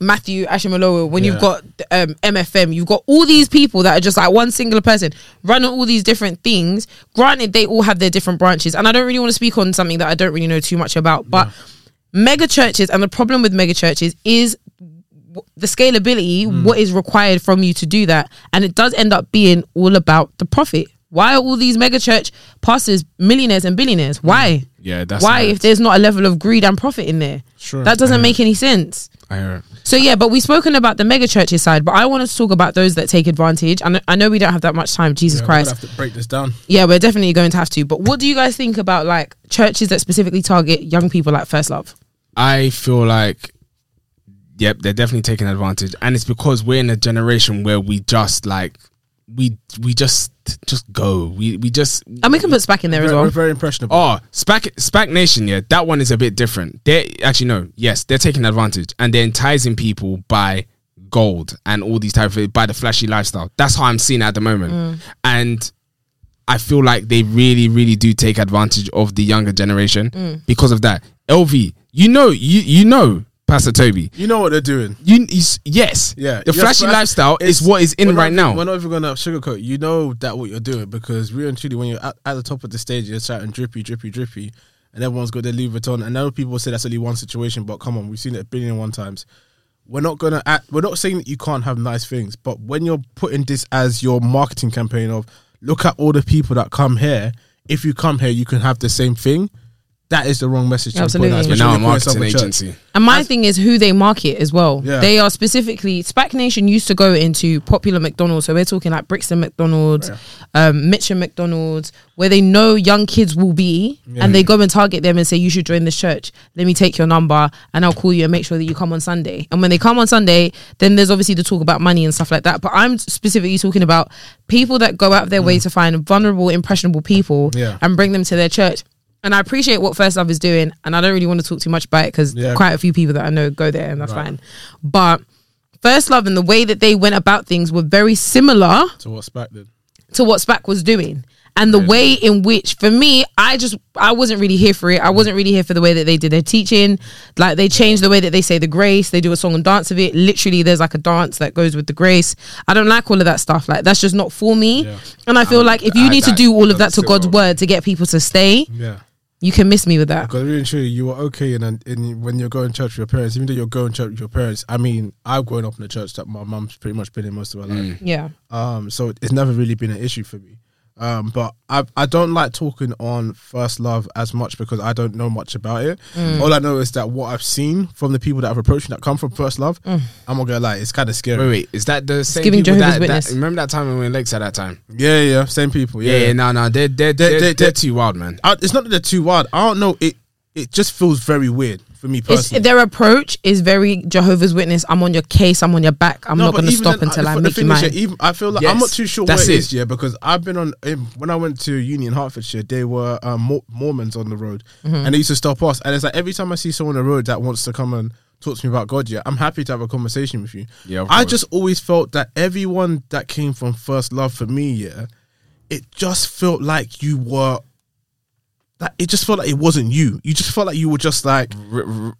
Speaker 2: Matthew Ashimalowo, when
Speaker 1: Yeah.
Speaker 2: you've got um, MFM, you've got all these people that are just like one singular person running all these different things. Granted, they all have their different branches, and I don't really want to speak on something that I don't really know too much about. But mega churches, and the problem with mega churches is w- the scalability, what is required from you to do that, and it does end up being all about the profit. Why are all these mega church pastors millionaires and billionaires? Why?
Speaker 3: Yeah, that's
Speaker 2: Why
Speaker 3: mad.
Speaker 2: if there's not a level of greed and profit in there?
Speaker 1: Sure.
Speaker 2: That doesn't
Speaker 1: Yeah.
Speaker 2: make any sense.
Speaker 3: I hear it.
Speaker 2: So yeah, but we've spoken about the mega churches side, but I want to talk about those that take advantage. And I know we don't have that much time, Jesus
Speaker 1: Yeah, we're gonna
Speaker 2: Christ.
Speaker 1: have to break this down.
Speaker 2: Yeah, we're definitely going to have to. But what do you guys think about like churches that specifically target young people like First Love?
Speaker 3: I feel like, yep, they're definitely taking advantage, and it's because we're in a generation where we just like we we just just go. We we just
Speaker 2: And we can put Spack in there as
Speaker 1: Very-
Speaker 2: well.
Speaker 1: we're very impressionable.
Speaker 3: Oh, Spac Spac Nation, yeah, that one is a bit different. They're actually no, yes, they're taking advantage and they're enticing people by gold and all these type of by the flashy lifestyle. That's how I'm seeing it at the moment,
Speaker 2: Mm.
Speaker 3: and I feel like they really, really do take advantage of the younger generation
Speaker 2: Mm.
Speaker 3: because of that. LV, you know, you you know, Pastor Toby.
Speaker 1: You know what they're doing.
Speaker 3: You, you s- yes,
Speaker 1: Yeah,
Speaker 3: The
Speaker 1: yes,
Speaker 3: flashy
Speaker 1: but
Speaker 3: lifestyle is what is
Speaker 1: we're
Speaker 3: in
Speaker 1: not
Speaker 3: right
Speaker 1: even-
Speaker 3: now.
Speaker 1: We're not even gonna sugarcoat. You know that what you're doing because real and truly, when you're at, at the top of the stage, you're shouting drippy, drippy, drippy, and everyone's got their Louis Vuitton. And I know people say that's only one situation, but come on, we've seen it a billion and one times. We're not gonna. Act, we're not saying that you can't have nice things, but when you're putting this as your marketing campaign of look at all the people that come here. If you come here, you can have the same thing. That is the wrong message. to
Speaker 2: Absolutely.
Speaker 1: put out,
Speaker 2: You're
Speaker 1: especially
Speaker 3: You're now a
Speaker 1: when you call yourself
Speaker 3: marketing
Speaker 1: church.
Speaker 3: agency.
Speaker 2: And my thing is who they market as well.
Speaker 1: Yeah.
Speaker 2: They are specifically Spac Nation used to go into popular McDonald's, so we're talking like Brixton McDonald's, um, Mitcham McDonald's, where they know young kids will be, and they go and target them and say you should join this church. Let me take your number, and I'll call you and make sure that you come on Sunday. And when they come on Sunday, then there's obviously the talk about money and stuff like that. But I'm specifically talking about people that go out of their way to find vulnerable, impressionable people
Speaker 1: Mm. Yeah.
Speaker 2: and bring them to their church. And I appreciate what First Love is doing, and I don't really want to talk too much about it because
Speaker 1: Yeah.
Speaker 2: quite a few people that I know go there, and that's fine. But First Love and the way that they went about things were very similar
Speaker 1: To what Spac did.
Speaker 2: to what SPAC was doing. And the way in which, for me, I just I wasn't really here for it. I wasn't really here for the way that they did their teaching. Like they changed the way that they say the grace. They do a song and dance of it. Literally, there's like a dance that goes with the grace. I don't like all of that stuff. Like that's just not for me.
Speaker 1: Yeah.
Speaker 2: And I feel like if you
Speaker 3: I-
Speaker 2: need to
Speaker 3: that
Speaker 2: do all of that to
Speaker 3: doesn't sit
Speaker 2: God's
Speaker 3: well with
Speaker 2: word to get people to stay,
Speaker 1: Yeah.
Speaker 2: you can miss me with that.
Speaker 1: Because really, truly, you were okay, and then in, when you're going to church with your parents, even though you're going to church with your parents, I mean, I've grown up in a church that my mum's pretty much been in most of my life.
Speaker 2: Yeah.
Speaker 1: Um, so it's never really been an issue for me. Um, but I I don't like talking on first love as much because I don't know much about it. All I know is that what I've seen from the people that I've approached that come from first love, I'm not gonna lie, it's kind of scary.
Speaker 3: Wait, wait, is that the same
Speaker 2: giving
Speaker 3: people
Speaker 2: Jehovah's
Speaker 3: that,
Speaker 2: Witness.
Speaker 3: that remember that time when we were in Lakes at that time?
Speaker 1: Yeah, yeah, same people.
Speaker 3: Yeah,
Speaker 1: Yeah,
Speaker 3: yeah, no, no, they're
Speaker 1: They-
Speaker 3: they're they're,
Speaker 1: they-
Speaker 3: they're,
Speaker 1: they-
Speaker 3: too wild, man.
Speaker 1: I, it's not that they're too wild. I don't know. It it just feels very weird for me
Speaker 2: It's,
Speaker 1: personally.
Speaker 2: their approach is very Jehovah's Witness. I'm on your case. I'm on your back. I'm not
Speaker 1: but
Speaker 2: going to
Speaker 1: even
Speaker 2: stop
Speaker 1: then, uh,
Speaker 2: until I
Speaker 1: the
Speaker 2: make you
Speaker 1: thing e- is, yeah,
Speaker 2: mine.
Speaker 1: even- I feel like I'm
Speaker 3: Yes,
Speaker 1: not too sure
Speaker 3: that's
Speaker 1: where it
Speaker 3: it.
Speaker 1: is, yeah, because I've been on um, when I went to uni in Hertfordshire, they were um, Mor- Mormons on the road,
Speaker 2: Mm-hmm.
Speaker 1: and they used to stop us. And it's like every time I see someone on the road that wants to come and talk to me about God, yeah, I'm happy to have a conversation with you.
Speaker 3: Yeah, of
Speaker 1: I
Speaker 3: course.
Speaker 1: just always felt that everyone that came from first love for me, yeah, it just felt like you were. That it just felt like it wasn't you. You just felt like you were just like
Speaker 3: R- r-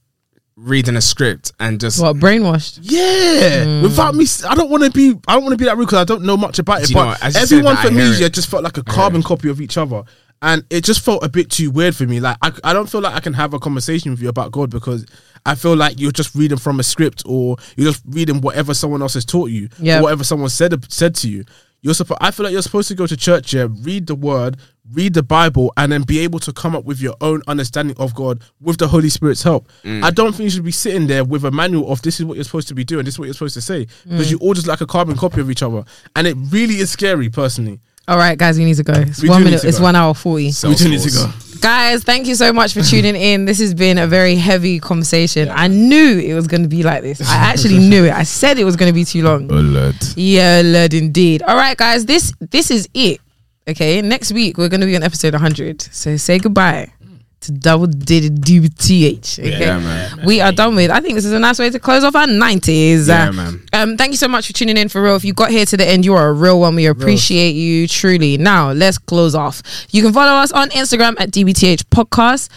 Speaker 3: reading a script and just
Speaker 2: What brainwashed?
Speaker 1: Yeah,
Speaker 3: Hmm.
Speaker 1: without me, s- I don't want to be. I don't want to be that rude because I don't know much about it.
Speaker 3: Do you know
Speaker 1: but
Speaker 3: what? As you said
Speaker 1: everyone
Speaker 3: that,
Speaker 1: for
Speaker 3: I hear
Speaker 1: me,
Speaker 3: it.
Speaker 1: yeah, just felt like a carbon copy of each other, and it just felt a bit too weird for me. Like I, I don't feel like I can have a conversation with you about God because I feel like you're just reading from a script or you're just reading whatever someone else has taught you,
Speaker 2: Yeah.
Speaker 1: or whatever someone said said to you. You're supposed. I feel like you're supposed to go to church, yeah, read the Word, read the Bible, and then be able to come up with your own understanding of God with the Holy Spirit's help. I don't think you should be sitting there with a manual of this is what you're supposed to be doing, this is what you're supposed to say, because you all just like a carbon copy of each other, and it really is scary. Personally,
Speaker 2: All right, guys, we need to go. It's
Speaker 1: We
Speaker 2: one
Speaker 1: do need
Speaker 2: minute.
Speaker 1: to
Speaker 2: It's
Speaker 1: go.
Speaker 2: one hour forty.
Speaker 1: we do need to go.
Speaker 2: Guys, thank you so much for tuning in. This has been a very heavy conversation. I knew it was going to be like this. I actually knew it. I said it was going to be too long.
Speaker 3: Alert.
Speaker 2: Yeah, lad, indeed. All right, guys, this this is it. Okay, next week we're going to be on episode 100. So say goodbye to Double DDTH. Okay,
Speaker 3: Yeah, man.
Speaker 2: we are done with. I think this is a nice way to close off our 90s.
Speaker 3: Yeah, man.
Speaker 2: Um, thank you so much for tuning in for real. If you got here to the end, you are a real one. We appreciate you truly. Now let's close off. You can follow us on Instagram at DBTH Podcast.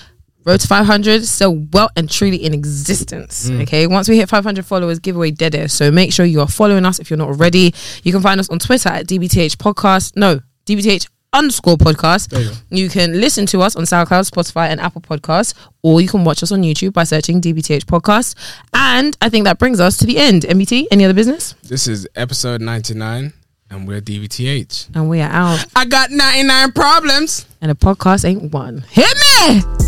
Speaker 2: Road to 500, so well and truly in existence.
Speaker 3: Mm.
Speaker 2: Okay, once we hit 500 followers, giveaway dead air. So make sure you are following us if you're not already. You can find us on Twitter at DBTH Podcast. No, DBTH underscore podcast.
Speaker 1: you go.
Speaker 2: You can listen to us on SoundCloud, Spotify, and Apple Podcasts, or you can watch us on YouTube by searching DBTH Podcast. And I think that brings us to the end. MBT, any other business?
Speaker 3: This is episode ninety nine, and we're DVTH.
Speaker 2: And we are out.
Speaker 1: Uh,
Speaker 3: I got ninety nine problems.
Speaker 2: And the podcast ain't one. Hit me!